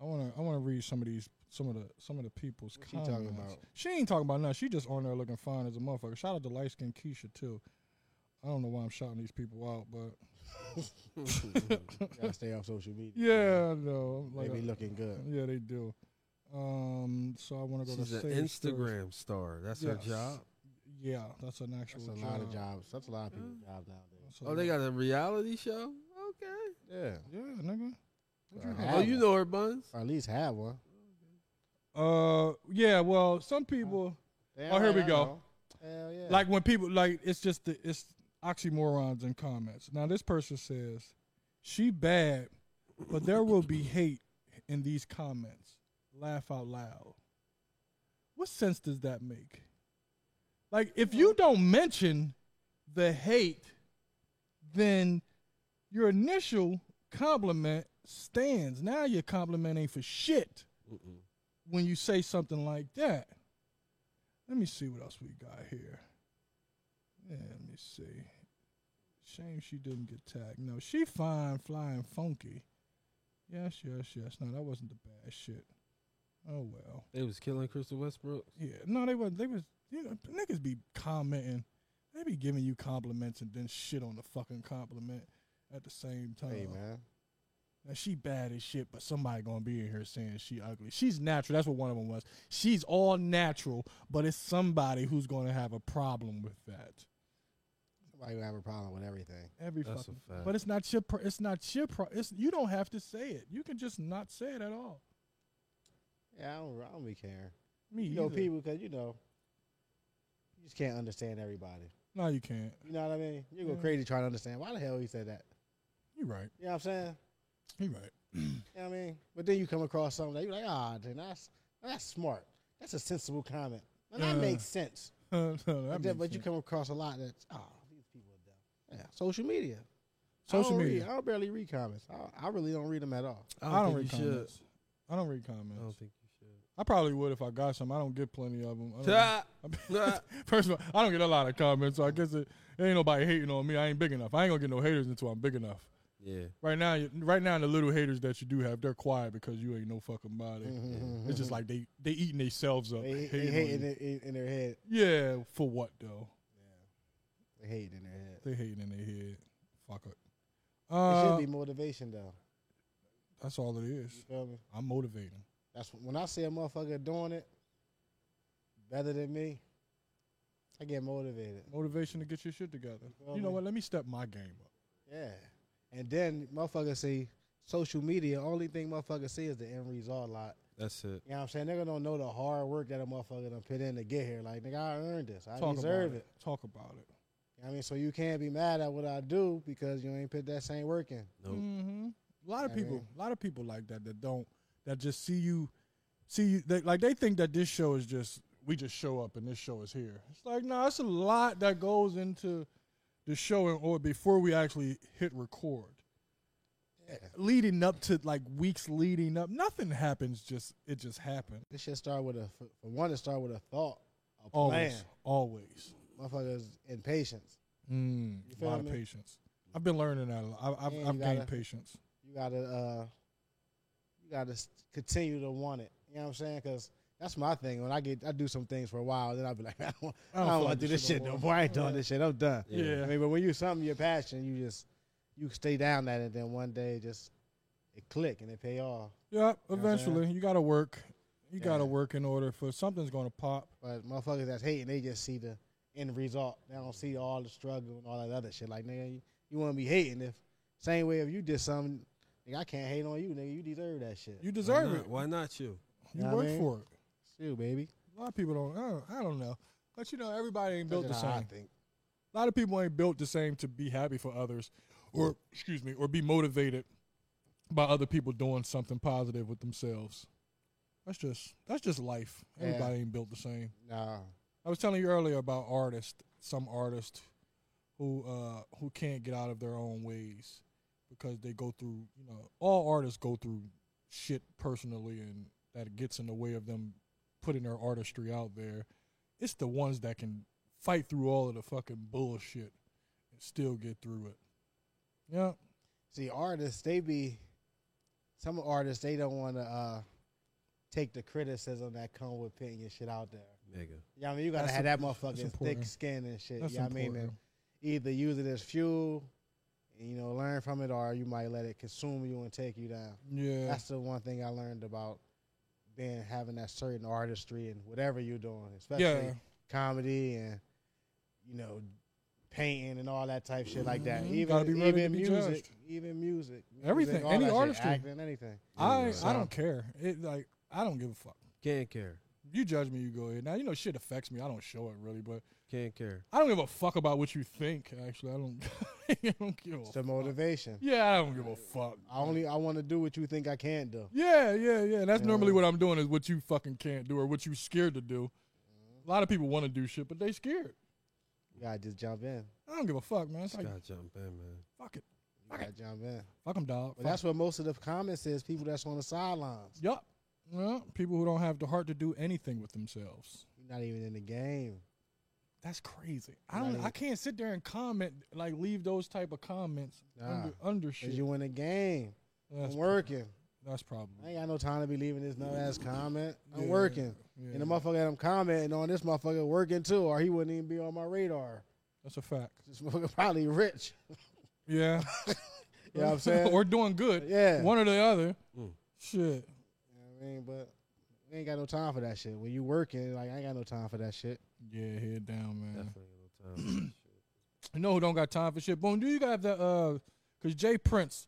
I wanna I wanna read some of these some of the some of the people's What she comments. talking about? She ain't talking about nothing. She just on there looking fine as a motherfucker. Shout out to light skin Keisha too. I don't know why I'm shouting these people out, but <laughs> Gotta stay off social media. yeah, I know. I'm They Like, uh, be looking good. yeah, they do. Um, so I want to go She's to an Save Stories. Instagram star. That's Yes. her job. Yeah, that's an actual. That's a lot of jobs. That's a lot of people's jobs nowadays. That's a Oh, they lot. got a reality show. Okay. Yeah. yeah, nigga. Uh-huh. Or Oh, have you one. know her buns. Or at least have one. Uh, yeah. Well, some people Oh, here we go. Hell yeah. like when people like it's just the, it's oxymorons in comments. Now this person says she bad, but there will be hate in these comments. Laugh out loud. What sense does that make? Like if you don't mention the hate, then your initial compliment stands. Now your compliment ain't for shit when you say something like that. Let me see what else we got here. Yeah, let me see. Shame she didn't get tagged. No, she fine, flying, funky. Yes, yes, yes. No, that wasn't the bad shit. Oh well. They was killing Crystal Westbrook. Yeah. No, they was. They was. You know, niggas be commenting. They be giving you compliments and then shit on the fucking compliment at the same time. Hey man, Now, she bad as shit, but somebody gonna be in here saying she ugly. She's natural. That's what one of them was. She's all natural, but it's somebody who's gonna have a problem with that. somebody would have a problem with everything. Every That's a fucking. fact. But it's not your. Pro- it's not your. Pro- it's you don't have to say it. You can just not say it at all. Yeah, I don't, I don't be caring. Me You know either. people because you know you just can't understand everybody. No, you can't. You know what I mean? You go Yeah. crazy trying to understand why the hell he said that. You're right. You know what I'm saying? You're right. <laughs> You know what I mean? But then you come across something that you're like, ah, then that's that's smart. That's a sensible comment. And that Yeah. makes sense. No, that but then, makes but you sense. come across a lot that's oh, these people are dumb. Yeah, social media. I Social don't media. Read, I don't barely read comments. I, I really don't read them at all. I don't read think you should. comments. I don't read comments. I don't think I probably would if I got some. I don't get plenty of <laughs> them. you should. <laughs> First of all, I don't get a lot of comments, so I guess it, it ain't nobody hating on me. I ain't big enough. I ain't gonna get no haters until I'm big enough. Yeah. Right now, you- right now, the little haters that you do have, they're quiet because you ain't no fucking body. It's just like they they eating themselves up. Mm-hmm, They, they hating on hate you. in, in, in their head. Yeah, for what though? They hate in their head. They hating in their head. Fuck it. it Uh, should be motivation though. that's all it is. You feel me? I'm motivating. That's wh- when I see a motherfucker doing it better than me. I get motivated. Motivation to get your shit together. feel You know me? what? Let me step my game up. Yeah. And then motherfuckers see social media. Only thing motherfuckers see is the end result. Lot. That's it. You know what I'm saying? Nigga don't know the hard work that a motherfucker done put in to get here. Like nigga, I earned this. I Talk deserve about it. it. Talk about it. I mean, so you can't be mad at what I do because you ain't put that same work in. Nope. hmm A lot of Yeah, man. people, a lot of people like that that don't that just see you, see you they, like they think that this show is just we just show up and this show is here. It's like no, it's a lot that goes into the show and or before we actually hit record. Leading up to like weeks leading up, nothing happens. Just it just happened. This shit start with a for for one. It start with a thought, a plan. Always, always. Motherfuckers impatience. Mm, You a feel lot of me? patience. I've been learning that. A lot. I, I've, And I've you gained gotta- patience. you gotta uh you gotta s- continue to want it. You know what I'm saying? Because that's my thing. When I get I do some things for a while, then I'll be like, <laughs> I don't, I don't feel don't, like want to do this this shit shit no no more. more. I ain't Yeah. doing this shit. I'm done. Yeah. I mean, but when you something your passion, you just you stay down that, and then one day just it click and it pay off. Yep. know what I'm saying? Eventually, you gotta work. You gotta Yeah. work in order for something's gonna pop. But motherfuckers that's hating, they just see the end result. They don't see all the struggle and all that other shit. Like nigga, you, you want to be hating if same way if you did something, nigga, I can't hate on you, nigga. You deserve that shit. You Why deserve not? it. Why not you? You Know what I work mean? for it. you, baby. A lot of people don't. I don't, I don't know. But you know, everybody ain't built the That's how I same. think. A lot of people ain't built the same to be happy for others, or excuse me, or be motivated by other people doing something positive with themselves. That's just that's just life. Yeah. Everybody ain't built the same. Nah. I was telling you earlier about artists, some artists who uh, who can't get out of their own ways because they go through, you know, all artists go through shit personally and that gets in the way of them putting their artistry out there. It's the ones that can fight through all of the fucking bullshit and still get through it. Yeah. See, artists, they be some artists they don't want to uh, take the criticism that come with putting your shit out there. Nigga. Yeah, I mean, you gotta That's have that imp- that's motherfucking thick important. skin and shit. That's you know what I mean? important. And either use it as fuel, and, you know, learn from it, or you might let it consume you and take you down. yeah. That's the one thing I learned about being having that certain artistry and whatever you're doing, especially yeah. comedy and you know painting and all that type shit like that. Mhm. Even Gotta be ready even to be music, judged. even music, music, Everything, all any that shit, artistry. acting, anything. I So- I don't care. It like I don't give a fuck. Can't care. You judge me, you go ahead. Now you know shit affects me. I don't show it really, but Can't care. I don't give a fuck about what you think. Actually, I don't. <laughs> I don't give a. It's the motivation. yeah, I don't give a fuck. I only I want to do what you think I can do. Yeah, yeah, yeah. And that's Yeah. normally what I'm doing is what you fucking can't do or what you scared to do. A lot of people want to do shit, but they scared. You gotta just jump in. I don't give a fuck, man. It's Just like gotta jump in, man. fuck it, You gotta jump in. fuck them, dog. But that's what most of the comments is. People that's on the sidelines. yup. Yeah, people who don't have the heart to do anything with themselves. You're not even in the game. That's crazy. I Not don't. I even- can't sit there and comment like leave those type of comments Nah. under under shit. Cause you in the game. I'm that's, working. that's probably. I ain't got no time to be leaving this no ass comment. I'm Yeah, working. yeah. And the motherfucker that I'm commenting on, this motherfucker working too, or he wouldn't even be on my radar. That's a fact. This <laughs> motherfucker probably rich. Yeah. You <laughs> know what I'm saying? or doing good. Yeah. One or the other. Mm. Shit. I mean, but we ain't got no time for that shit. When you working, like I ain't got no time for that shit. Yeah, head down, man. Definitely no <clears throat> time. You know who don't got time for shit? Boom, do you got that? Uh, cause Jay Prince,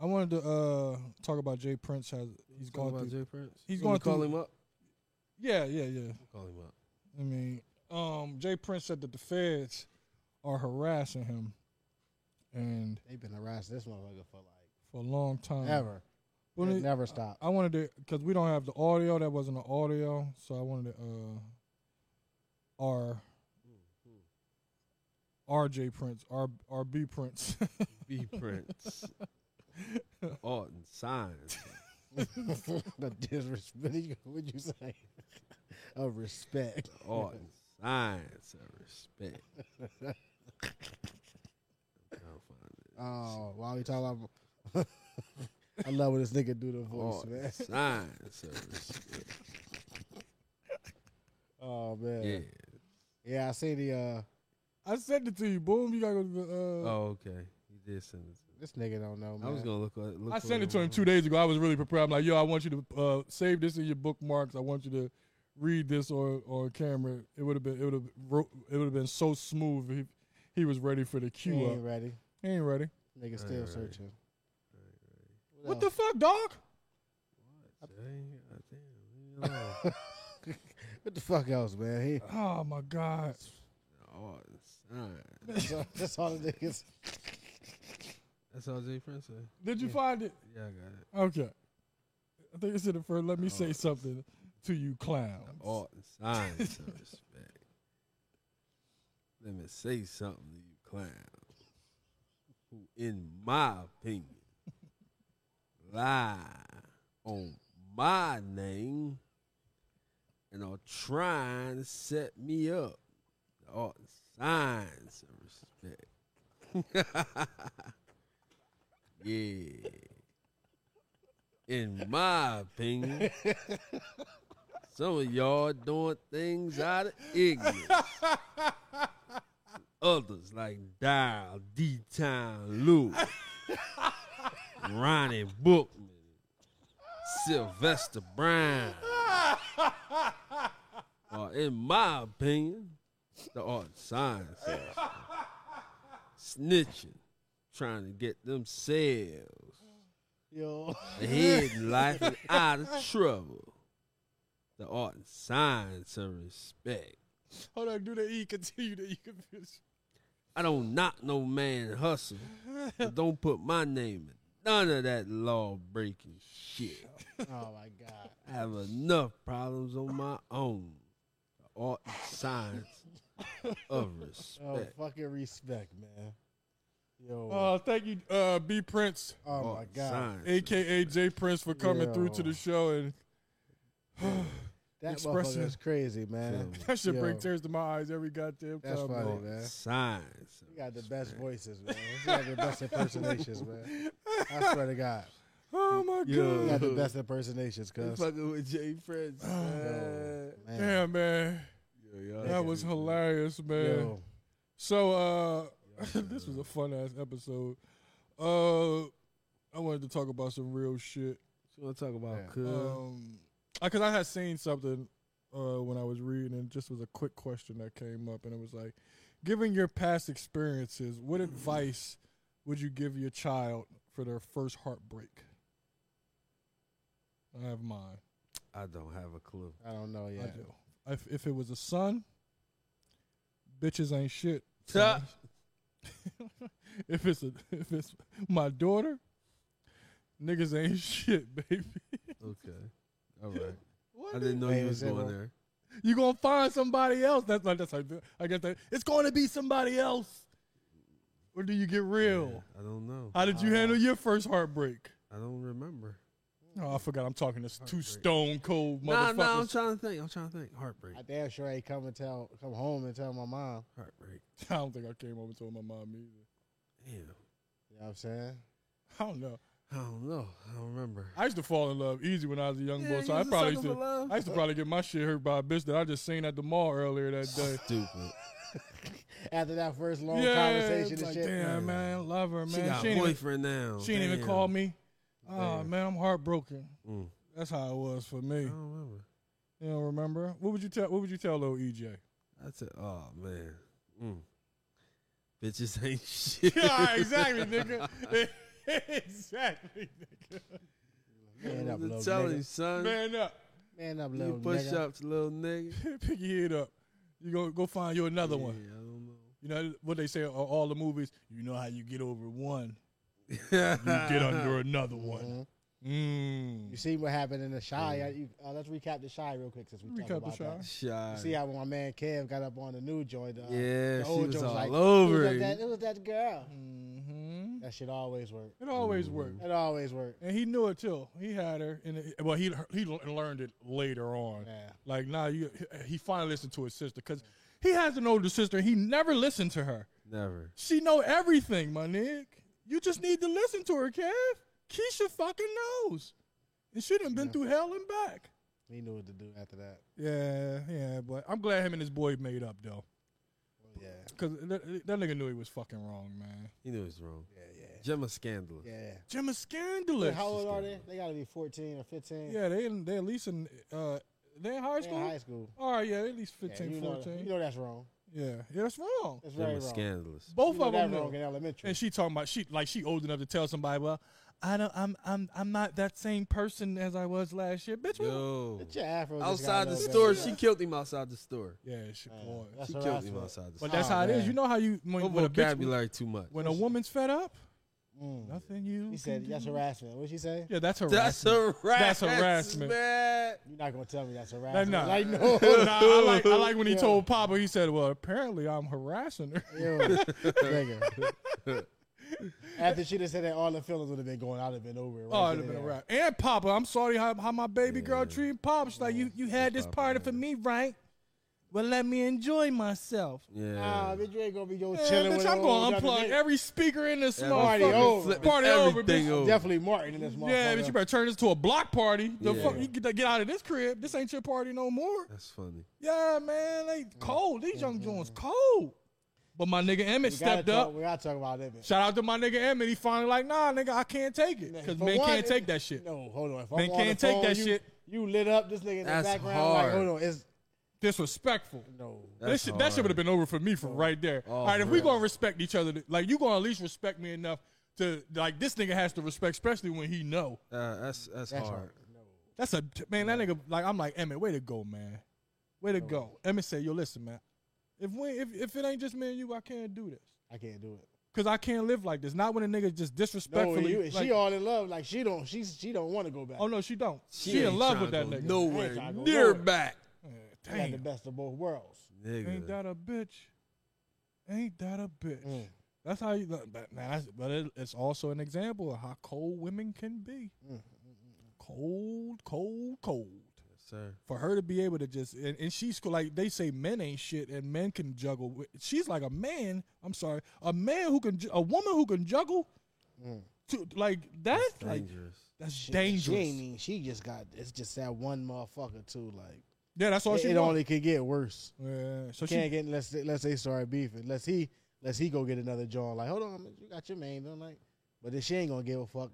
I wanted to uh talk about Jay Prince. Has he's Talk going about through? Jay Prince. he's You want me going to call through- him up. Yeah, yeah, yeah. Call him up. I mean, um, Jay Prince said that the feds are harassing him, and They've been harassing this motherfucker for like for a long time. ever. Well, it it- never stopped. <laughs> I wanted to, cause we don't have the audio. That wasn't the audio, so I wanted to. Uh, R. R.J. Prince, R. R.B. Prince. <laughs> B <laughs> Prince. Alton Signs. the disrespect. <laughs> What'd you say? <laughs> of respect. Alton Signs. I respect. I'll find it. Oh, while we talking about, <laughs> I love when this nigga do the Oh, voice, man. Alton Signs. I respect. Oh man. Yeah. Yeah, I see the uh, I sent it to you. Boom, you gotta go. to the, Uh, Oh, okay. You did send it. to this nigga don't know, me. man. I was gonna look. at- look I for sent it to him two online. days ago. I was really prepared. I'm like, yo, I want you to uh, save this in your bookmarks. I want you to read this or or camera. It would have been it would have it would have been so smooth. If he was ready for the He cue ain't up. ready. He ain't ready. Nigga still Alright. searching. What the fuck, dog? Dang, God uh, damn, leave me alone. <laughs> what the fuck else, man? He, Oh my god. Alton Signs. that's, all, <laughs> that's all the niggas. That's all Jay Prince said. Did you find it? Yeah, I got it. Okay. I think it's in the first. Let me Oh. say something to you, clown. Alton Signs. I respect. Let me say something to you, clown. Who, in my opinion, <laughs> lie on my name and are trying to set me up. Alton Signs. I respect. <laughs> yeah. In my opinion. <laughs> Some of y'all doing things out of ignorance. Others like Dial, D Town, Lou, <laughs> Ronnie Bookman, Sylvester Brown. Are, in my opinion, the art science snitching, trying to get themselves Yo, the head in life and out of trouble. The art and science of respect. Hold on, do the E. Continue the E. confused. I don't knock no man hustle, but don't put my name in none of that law breaking shit. <laughs> oh my god, I have enough problems on my own. The art and science of oh respect. fucking respect, man. Yo, Uh, thank you, uh, B. Prince. oh Art my and god, science of aka Jay Prince, for coming through to the Yo. show, and that expressive. motherfucker is crazy, man. Feel <laughs> that should bring Yo. tears to my eyes every goddamn That's time. funny, man. man. Science. You got the best voices, man. You got the best <laughs> impersonations, man. I swear to God, Oh my you god, got the best impersonations, cuz. fucking with Jay Prince. Yo, man. damn man, that was hilarious, man. Yo, So uh, <laughs> this was a fun ass episode. Uh, I wanted to talk about some real shit. You want to talk about Yeah. cuz? Um, because I had seen something uh, when I was reading, and it just was a quick question that came up, and it was like, given your past experiences, what advice would you give your child for their first heartbreak? I have mine. I don't have a clue. I don't know I yet. do. If, if it was a son, bitches ain't shit. Tuh. son. if it's a, if it's my daughter, niggas ain't <laughs> shit, baby. Okay. All right. What I is- didn't know Hey, you was is it going a- there. You gonna find somebody else. That's like that's like I guess that it's gonna be somebody else. Or do you get real? Yeah, Uh-huh. I don't know. How did you handle your first heartbreak? I don't remember. Oh, I forgot I'm talking to s- two stone cold Nah, motherfuckers. nah, I'm trying to think. I'm trying to think. Heartbreak. I damn sure ain't come and tell, come home and tell my mom. Heartbreak. <laughs> I don't think I came over and told my mom either. Damn. You know what I'm saying? I don't know. I don't know. I don't remember. I used to fall in love easy when I was a young Yeah, boy, you so I was a probably sucker used for to. love. I used to probably get my shit hurt by a bitch that I just seen at the mall earlier <sighs> that day. Stupid. After that first long yeah, it's conversation and like, shit. damn man, love her man. she got a ain't even- boyfriend now. She didn't even Damn. call me. Oh Damn. man, I'm heartbroken. Mm. That's how it was for I me. don't remember. You don't remember? What would you tell? What would you tell E little EJ? I said, oh man. Mm. Bitches ain't <laughs> shit. <laughs> yeah, exactly, <laughs> nigga. exactly, nigga. Man up, I'm little telling you, nigga. son. Man up, Man up, you little push nigga. ups, little nigga. <laughs> pick your head up. You go go find you another yeah, one. I don't know. You know what they say on all the movies. You know how you get over one, you you <laughs> get <laughs> under another one. Mhm. Mm. You see what happened in the shy? You, uh, let's recap the shy real quick since we talked Recap the about <laughs> that. Shy. You see how when my man Kev got up on the new joint? Uh, yeah, the she old was joint all like, over It was, it. that, it was that girl. Mm-hmm. That shit always work. It always worked, It always work. and he knew it too. He had her, and well, he he learned it later on. Yeah. Like now, you he finally listened to his sister because he has an older sister. and He never listened to her. Never. She know everything, my nigga. You just need to listen to her, Kev. Keisha fucking knows, and she done been through hell and back. He knew what to do after that. Yeah, yeah, but I'm glad him and his boy made up though, Well, yeah. because that, that nigga knew he was fucking wrong, man. He knew it was wrong. Yeah, Gemma Scandalous. yeah. Yeah. Jim is scandalous. How old just are go. they? They got to be 14 or 15. Yeah, they in, they at least in uh they in high They in school. high school. All right, yeah, they at least Yeah, 15, you, know, 14. you know that's wrong. yeah, yeah, that's wrong. That's very Gemma wrong. Scandalous. Both You know of them that knew. wrong in elementary. And she talking about she like she old enough to tell somebody, well, I don't, I'm, I'm, I'm not that same person as I was last year, bitch. we- Yo. But your afro just got a Outside the little bit- store, she killed him outside the store. Yeah, she Yeah, boy. that's She what killed I him said. outside the But store. that's Oh, how it is. man. You know how you when, Her when a bitch, vocabulary too much. when a woman's fed up, Mm. nothing you. He said can that's do." harassment. What'd <laughs> she say? Yeah, that's harassment. That's harassment. That's harassment. man. You're not gonna tell me that's <laughs> harassment. nah. Like no. Nah, I like I like when he Yeah. told Papa. He said, "Well, apparently I'm harassing her." Ew, nigga. After she done said that, all the feelings would have been going. I'd have been over it. <laughs> Right Oh, it'd then have been a and wrap. And Papa, I'm sorry how, how my baby girl Yeah. treated Papa. She's like, you, you had this Papa, party yeah. for me, right? Well, let me enjoy myself. there. Yeah. Nah, bitch, you ain't gonna be yo Man, chilling bitch, with I'm an going to old unplug nigga. every speaker in this Yeah, motherfucker. Party over. flipping Party over, everything bitch. over. Definitely Martin in this motherfucker. Yeah, bitch, you better turn this to a block party. The Yeah. fuck, you get, get out of this crib. This ain't your party no more. That's funny. Yeah, man, they cold. These young Jones cold. But my nigga Emmett We gotta stepped talk, up. We gotta talk about that. bitch. Shout out to my nigga Emmett. He finally like, nah, nigga, I can't take it. Because For men one, can't it- take that shit. No, hold on. If Man I'm on the can't take phone, that you, shit. You lit up this nigga in That's the background. hard. Like, hold on, it's Disrespectful. no. That That's shit, that shit hard. would have been over for me from right there. Oh, All right, if we man. gonna respect each other, like you gonna at least respect me enough to like this nigga has to respect, especially when he know. Uh, that's that's, That's hard. hard. That's a man. That nigga like I'm like Emmett, way to go, man, way to go. Emmett said, yo, listen, man, if we if, if it ain't just me and you, I can't do this I can't do it. because I can't live like this. Not when a nigga just No, and disrespectfully. you, and like- she all in love. Like she don't. She she don't want to go back. oh no, she don't. She, ain't in love tryna with that go nigga. I Nowhere ain't tryna go near nowhere. back. Yeah, I got the damn, best of both worlds. ain't Nigga. that a bitch? Ain't that a bitch? Mm. That's how you. But, but, now that's- but it, it's also an example of how cold women can be. Mm, Cold, cold, cold. Yes, sir. For her to be able to just and, and she's co- like they say men ain't shit and men can juggle. with- She's like a man. I'm sorry, a man who can ju- a woman who can juggle. To like that, That's like dangerous. that's Mm. She- She dangerous. ain't mean. She just got. It's just that one motherfucker too. Like yeah, that's all it, Oh, she it wants. only could get worse. Yeah, so Can't she get unless they- unless they start beefing. Unless he unless he go get another joint. Like hold on, you got your man. Don't like. But then she ain't gonna give a fuck.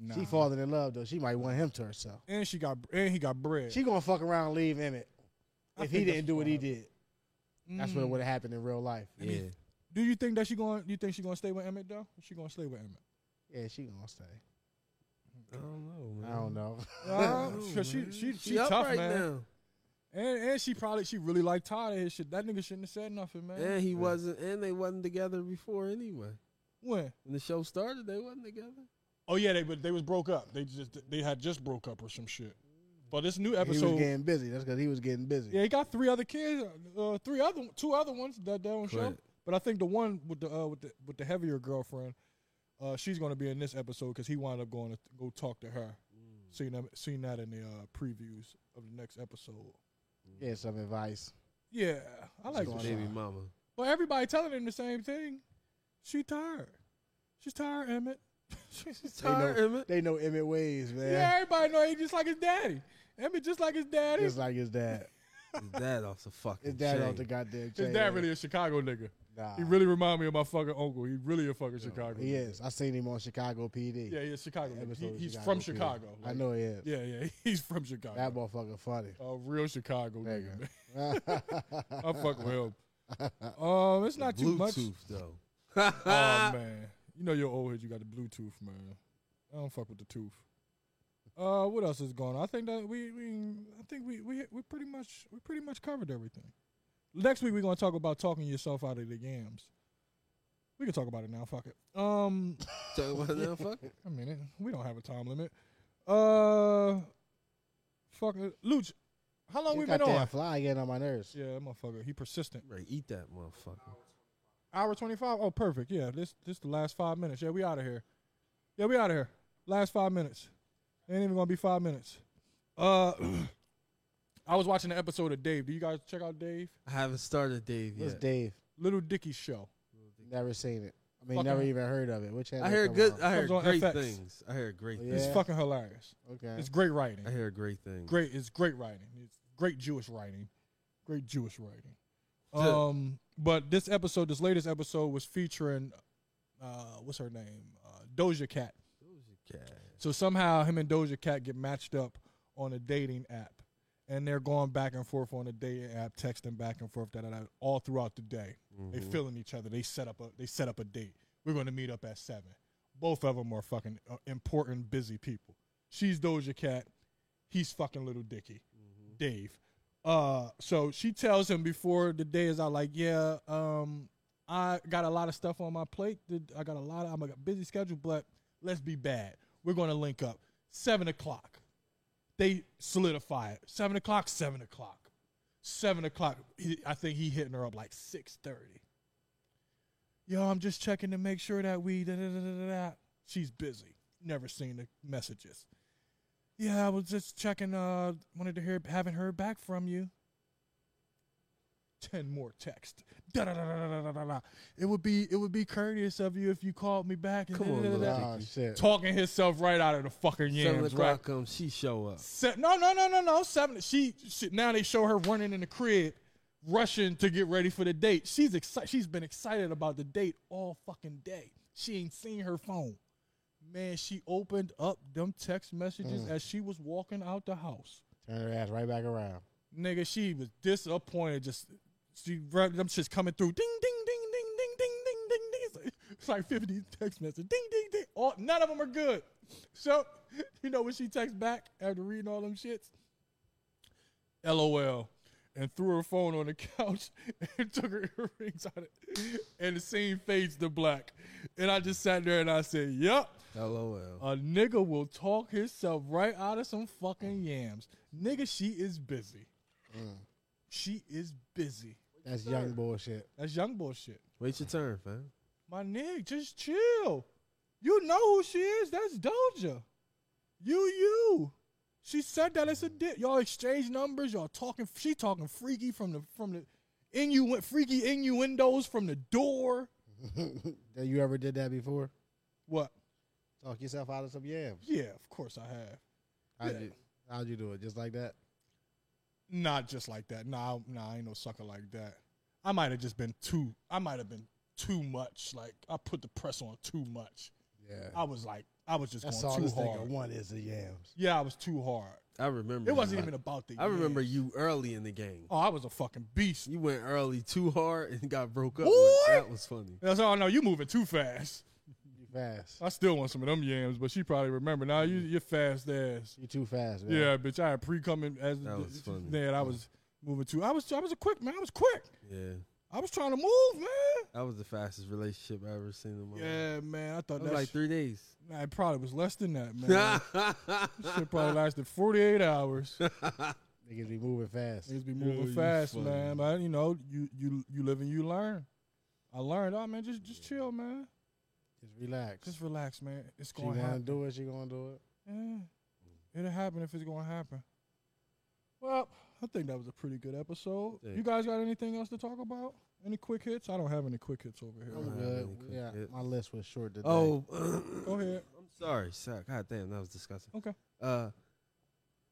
nah. She falling in love though. She might want him to herself. and she got and he got bread. She gonna fuck around and leave Emmett I if he think didn't that's do what what he happened. did. That's what would have happened in real life. Yeah. Mm. Do you think that she going? You think she gonna stay with Emmett though? Or she gonna stay with Emmett? <laughs> Yeah, she gonna stay. I don't Mm. know, man. I don't know. Uh, know, cause she Oh, man. she she, up tough right man, now. and and she probably she really like tired of his shit. That nigga shouldn't have said nothing, man. And he wasn't, and they wasn't together before anyway. When? When the show started, they wasn't together. Oh yeah, they but they was broke up. They just they had just broke up or some shit. But this new He was episode, getting busy. That's because he was getting busy. yeah, he got three other kids, uh, three other two other ones that they don't show. Clint. But I think the one with the uh, with the with the heavier girlfriend, uh, she's gonna be in this episode because he wound up going to go talk to her. Seen that, seen that in the uh, previews of the next episode. Yeah, some advice. Yeah, I like going this. on? shit. Baby mama. Well, everybody telling him the same thing. She tired. She's tired, Emmett. <laughs> She's They know, tired. Emmett. they know Emmett ways, man. Yeah, everybody know he just like his daddy. Emmett just like his daddy. Just like his dad. His dad off the fucking His dad chain. off the goddamn chain. his dad really a Chicago nigga. Nah. He really remind me of my fucking uncle. He really a fucking Chicago. Ah. He nigga. is. I seen him on Chicago PD. Yeah, he's Chicago. nigga. Episode He, of he's Chicago from PD. Chicago. I Like, know he is. Yeah, yeah, <laughs> he's from Chicago. That motherfucker funny. a real Chicago nigga. man. I <laughs> Nigga. fuck with <laughs> him. Um, it's The not too much. Bluetooth though. Oh man, you know your old head. You got the Bluetooth, man. I don't fuck with the tooth. Uh, what else is going on? I think that we, we I think we, we we pretty much we pretty much covered everything. Next week we're gonna talk about talking yourself out of the yams. We can talk about it now. Fuck it. Um, Talk about that fucker. I mean, it, we don't have a time limit. Uh, fuck, it. Luch, how long we been on? Goddamn fly getting on my nerves. yeah, that motherfucker, he persistent. Right, eat that motherfucker. Hour twenty five. Oh, perfect. Yeah, this this the last five minutes. Yeah, we out of here. Yeah, we out of here. Last five minutes. Ain't even gonna be five minutes. Uh, <clears throat> I was watching the episode of Dave. Do you guys check out Dave? I haven't started Dave What's yet. Dave? Little Dicky show. Never seen it. I mean, Fucking- never even heard of it. Which I heard good. I heard Comes on great FX. things. I heard great. Oh, things. It's Yeah. fucking hilarious. Okay. It's great writing. I hear great things. Great. It's great writing. It's great Jewish writing. Great Jewish writing. Duh. Um, but this episode, this latest episode, was featuring, uh, what's her name, uh, Doja Cat. Cat. So somehow him and Doja Cat get matched up on a dating app, and they're going back and forth on a dating app, texting back and forth, da da da, all throughout the day. They feeling each other. They set up a they set up a date. We're going to meet up at seven. Both of them are fucking uh, important, busy people. She's Doja Cat. He's fucking little Dicky, Dave. Uh, so she tells him before the day is out, like, yeah, um, I got a lot of stuff on my plate. Did- I got a lot. Of, I'm a busy schedule, but let's be bad. We're gonna link up. Seven o'clock. They solidify it. Seven o'clock. Seven o'clock. Seven o'clock. He, I think he hitting her up like six thirty. Yo, I'm just checking to make sure that we da da da da da. She's busy. Never seen the messages. Yeah, I was just checking. Uh, wanted to hear, haven't heard back from you. Ten more text. Da da da da da da da da. It would be it would be courteous of you if you called me back. And Come on, da-da-da-da-da. Lil oh shit. talking himself right out of the fucking Seven yams. o'clock Right? comes. She show up. Se- no, no, no, no, no. Seven. She, she now they show her running in the crib, rushing to get ready for the date. She's excited. She's been excited about the date all fucking day. She ain't seen her phone. Man, she opened up them text messages as she was walking out the house. Turn her ass right back around. Nigga, she was disappointed. Just she read them shits coming through. Ding ding ding ding ding ding ding ding ding. It's like, it's like fifty text messages. Ding ding ding. All, none of them are good. <laughs> So you know when she texts back after reading all them shits, LOL, and threw her phone on the <laughs> couch and <laughs> took her earrings out. It, and the scene fades to black. And I just sat there and I said, "Yup." LOL. A nigga will talk himself right out of some fucking yams. Nigga, she is busy. She is busy. That's young bullshit. <laughs> That's young bullshit. Wait your turn, fam. My nigga, just chill. You know who she is. That's Doja. You, you. She said that it's a dick. Y'all exchange numbers. Y'all talking. She talking freaky from the from the innu freaky innuendos from the door. that you ever did that before? What? Talk yourself out of some yams. Yeah, of course I have. How'd Yeah. you how'd you do it? Just like that? Not just like that. Nah, nah, I ain't no sucker like that. I might have just been too. I might have been too much. Like I put the press on too much. Yeah. I was like, I was just That's all going this too hard. nigga want is the yams. Yeah, I was too hard. I remember. It wasn't you. even about the. I remember years. you early in the game. Oh, I was a fucking beast. You went early too hard and got broke up. Boy! with. That was funny. That's all. oh, No, you moving too fast. You fast. I still want some of them yams, but she probably remember. Now you, you're fast ass. You too fast, man. Yeah, bitch. I had pre coming as That was funny. Man, I was moving too. I was. I was a quick man. I was quick. Yeah, I was trying to move, man. that was the fastest relationship I ever seen in my life. Yeah, man. I That thought was that like sh- three <laughs> days. Nah, it probably was less than that, <laughs> man. This shit Niggas probably lasted 48 hours. Niggas be moving fast. Niggas be Yo, moving you fast, funny. man. But you know, you you you live and you learn. I learned, oh man, just just chill, man. Just relax. Just relax, man. It's she going to gonna happen. do it, she gonna do it. Yeah. It'll happen if it's gonna happen. Well, I think that was a pretty good episode. Yeah. You guys got anything else to talk about? Any quick hits? I don't have any quick hits over here. I'm Alright, good. really quick Yeah, hit. my list was short today. Oh, <laughs> Go ahead. I'm sorry. Sorry. God damn, that was disgusting. Okay. Uh,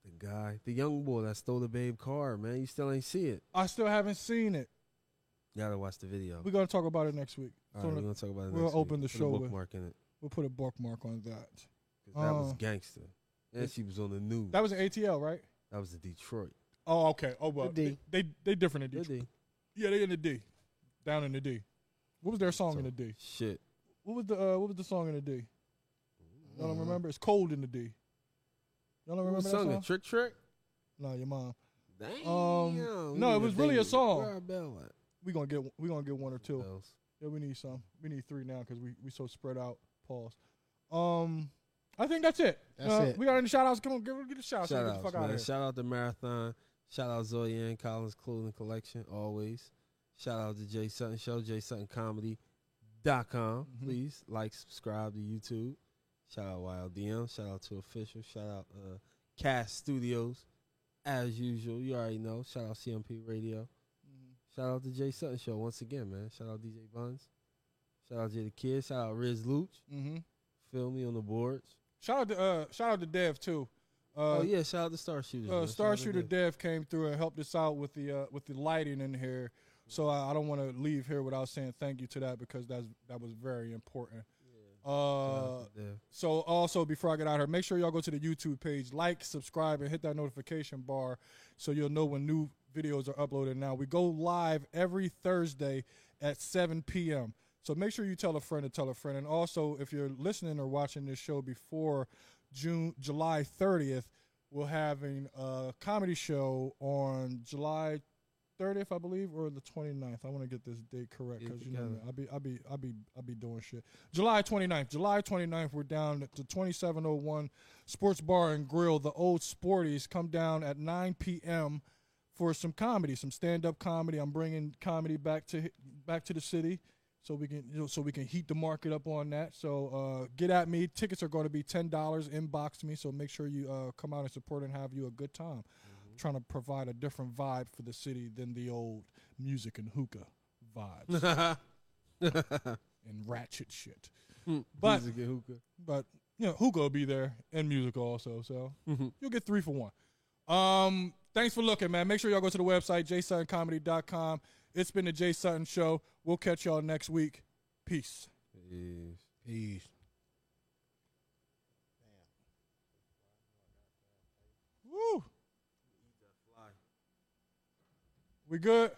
the guy, the young boy that stole the babe car, man. You still ain't see it. I still haven't seen it. You gotta watch the video. We're gonna talk about it next week. All So right, we're gonna talk about it. we'll next week. open the Put a show with- bookmark in it We'll put a bookmark on that. 'cause that was Uh, gangster, and it's- she was on the news. That was an ATL, right? That was the Detroit. Oh, okay. Oh well, The D. They, they they different in Detroit. Did they? Yeah, they in the D, down in the D. What was their song in the D? Shit. What was the uh, what was the song in the D? Y'all don't remember? It's cold in the D. Y'all don't Mm. Who remember that sung song? it? Trick Trick. no, your mom. Damn. Um, no, it was really a song. We gonna get we gonna get one or Oh. two. Yeah, we need some. We need three now because we we so spread out. Pause. Um, I think that's it. Uh, That's it. We got any shout outs? Come on, give get a shout out. get Shout the out, fuck out man. of here. Shout out to Marathon. Shout out Zoe Ann Collins Clothing Collection, always. Shout out to Jay Sutton Show, Jay Sutton Comedy. Dot com. Mm-hmm. Please like, subscribe to YouTube. Shout out Wild DM. Shout out to Official. Shout out uh, Cast Studios. As usual, you already know. Shout out CMP Radio. Mm-hmm. Shout out to Jay Sutton Show once again, man. Shout out DJ Buns. Shout out to the kids. Shout out Riz Luch. Mm-hmm. Feel me on the boards. Shout out to uh, shout out to Dev too. Uh, oh yeah, shout out to Star Shooters. uh, man. Star Shout out to Shooter them. Dev came through and helped us out with the uh, with the lighting in here. So I, I don't want to leave here without saying thank you to that because that's that was very important. Uh, Shout out to Dev. so also before I get out here, make sure y'all go to the YouTube page, like, subscribe, and hit that notification bar so you'll know when new videos are uploaded. Now we go live every Thursday at 7 p.m. So make sure you tell a friend to tell a friend, and also if you're listening or watching this show before June July 30th, we're having a comedy show on July 30th, I believe, or the 29th. I want to get this date correct Get it because you know together. me, I'll be I'll be I'll be I'll be doing shit. July 29th. July 29th, we're down to 2701 Sports Bar and Grill, the old Sporties. Come down at 9 p.m. for some comedy, some stand-up comedy. I'm bringing comedy back to back to the city so we can you know, so we can heat the market up on that. So uh, get at me. Tickets are going to be ten dollars. Inbox me. So make sure you uh, come out and support and have you a good time. Mm-hmm. Trying to provide a different vibe for the city than the old music and hookah vibes <laughs> and ratchet shit. But Hmm. Music and hookah. but you know hookah will be there and music also. So Mm-hmm. you'll get three for one. Um, thanks for looking, man. Make sure y'all go to the website jsuttoncomedy.com. It's been the Jay Sutton Show. We'll catch y'all next week. Peace. Yes. Peace. Woo. We good?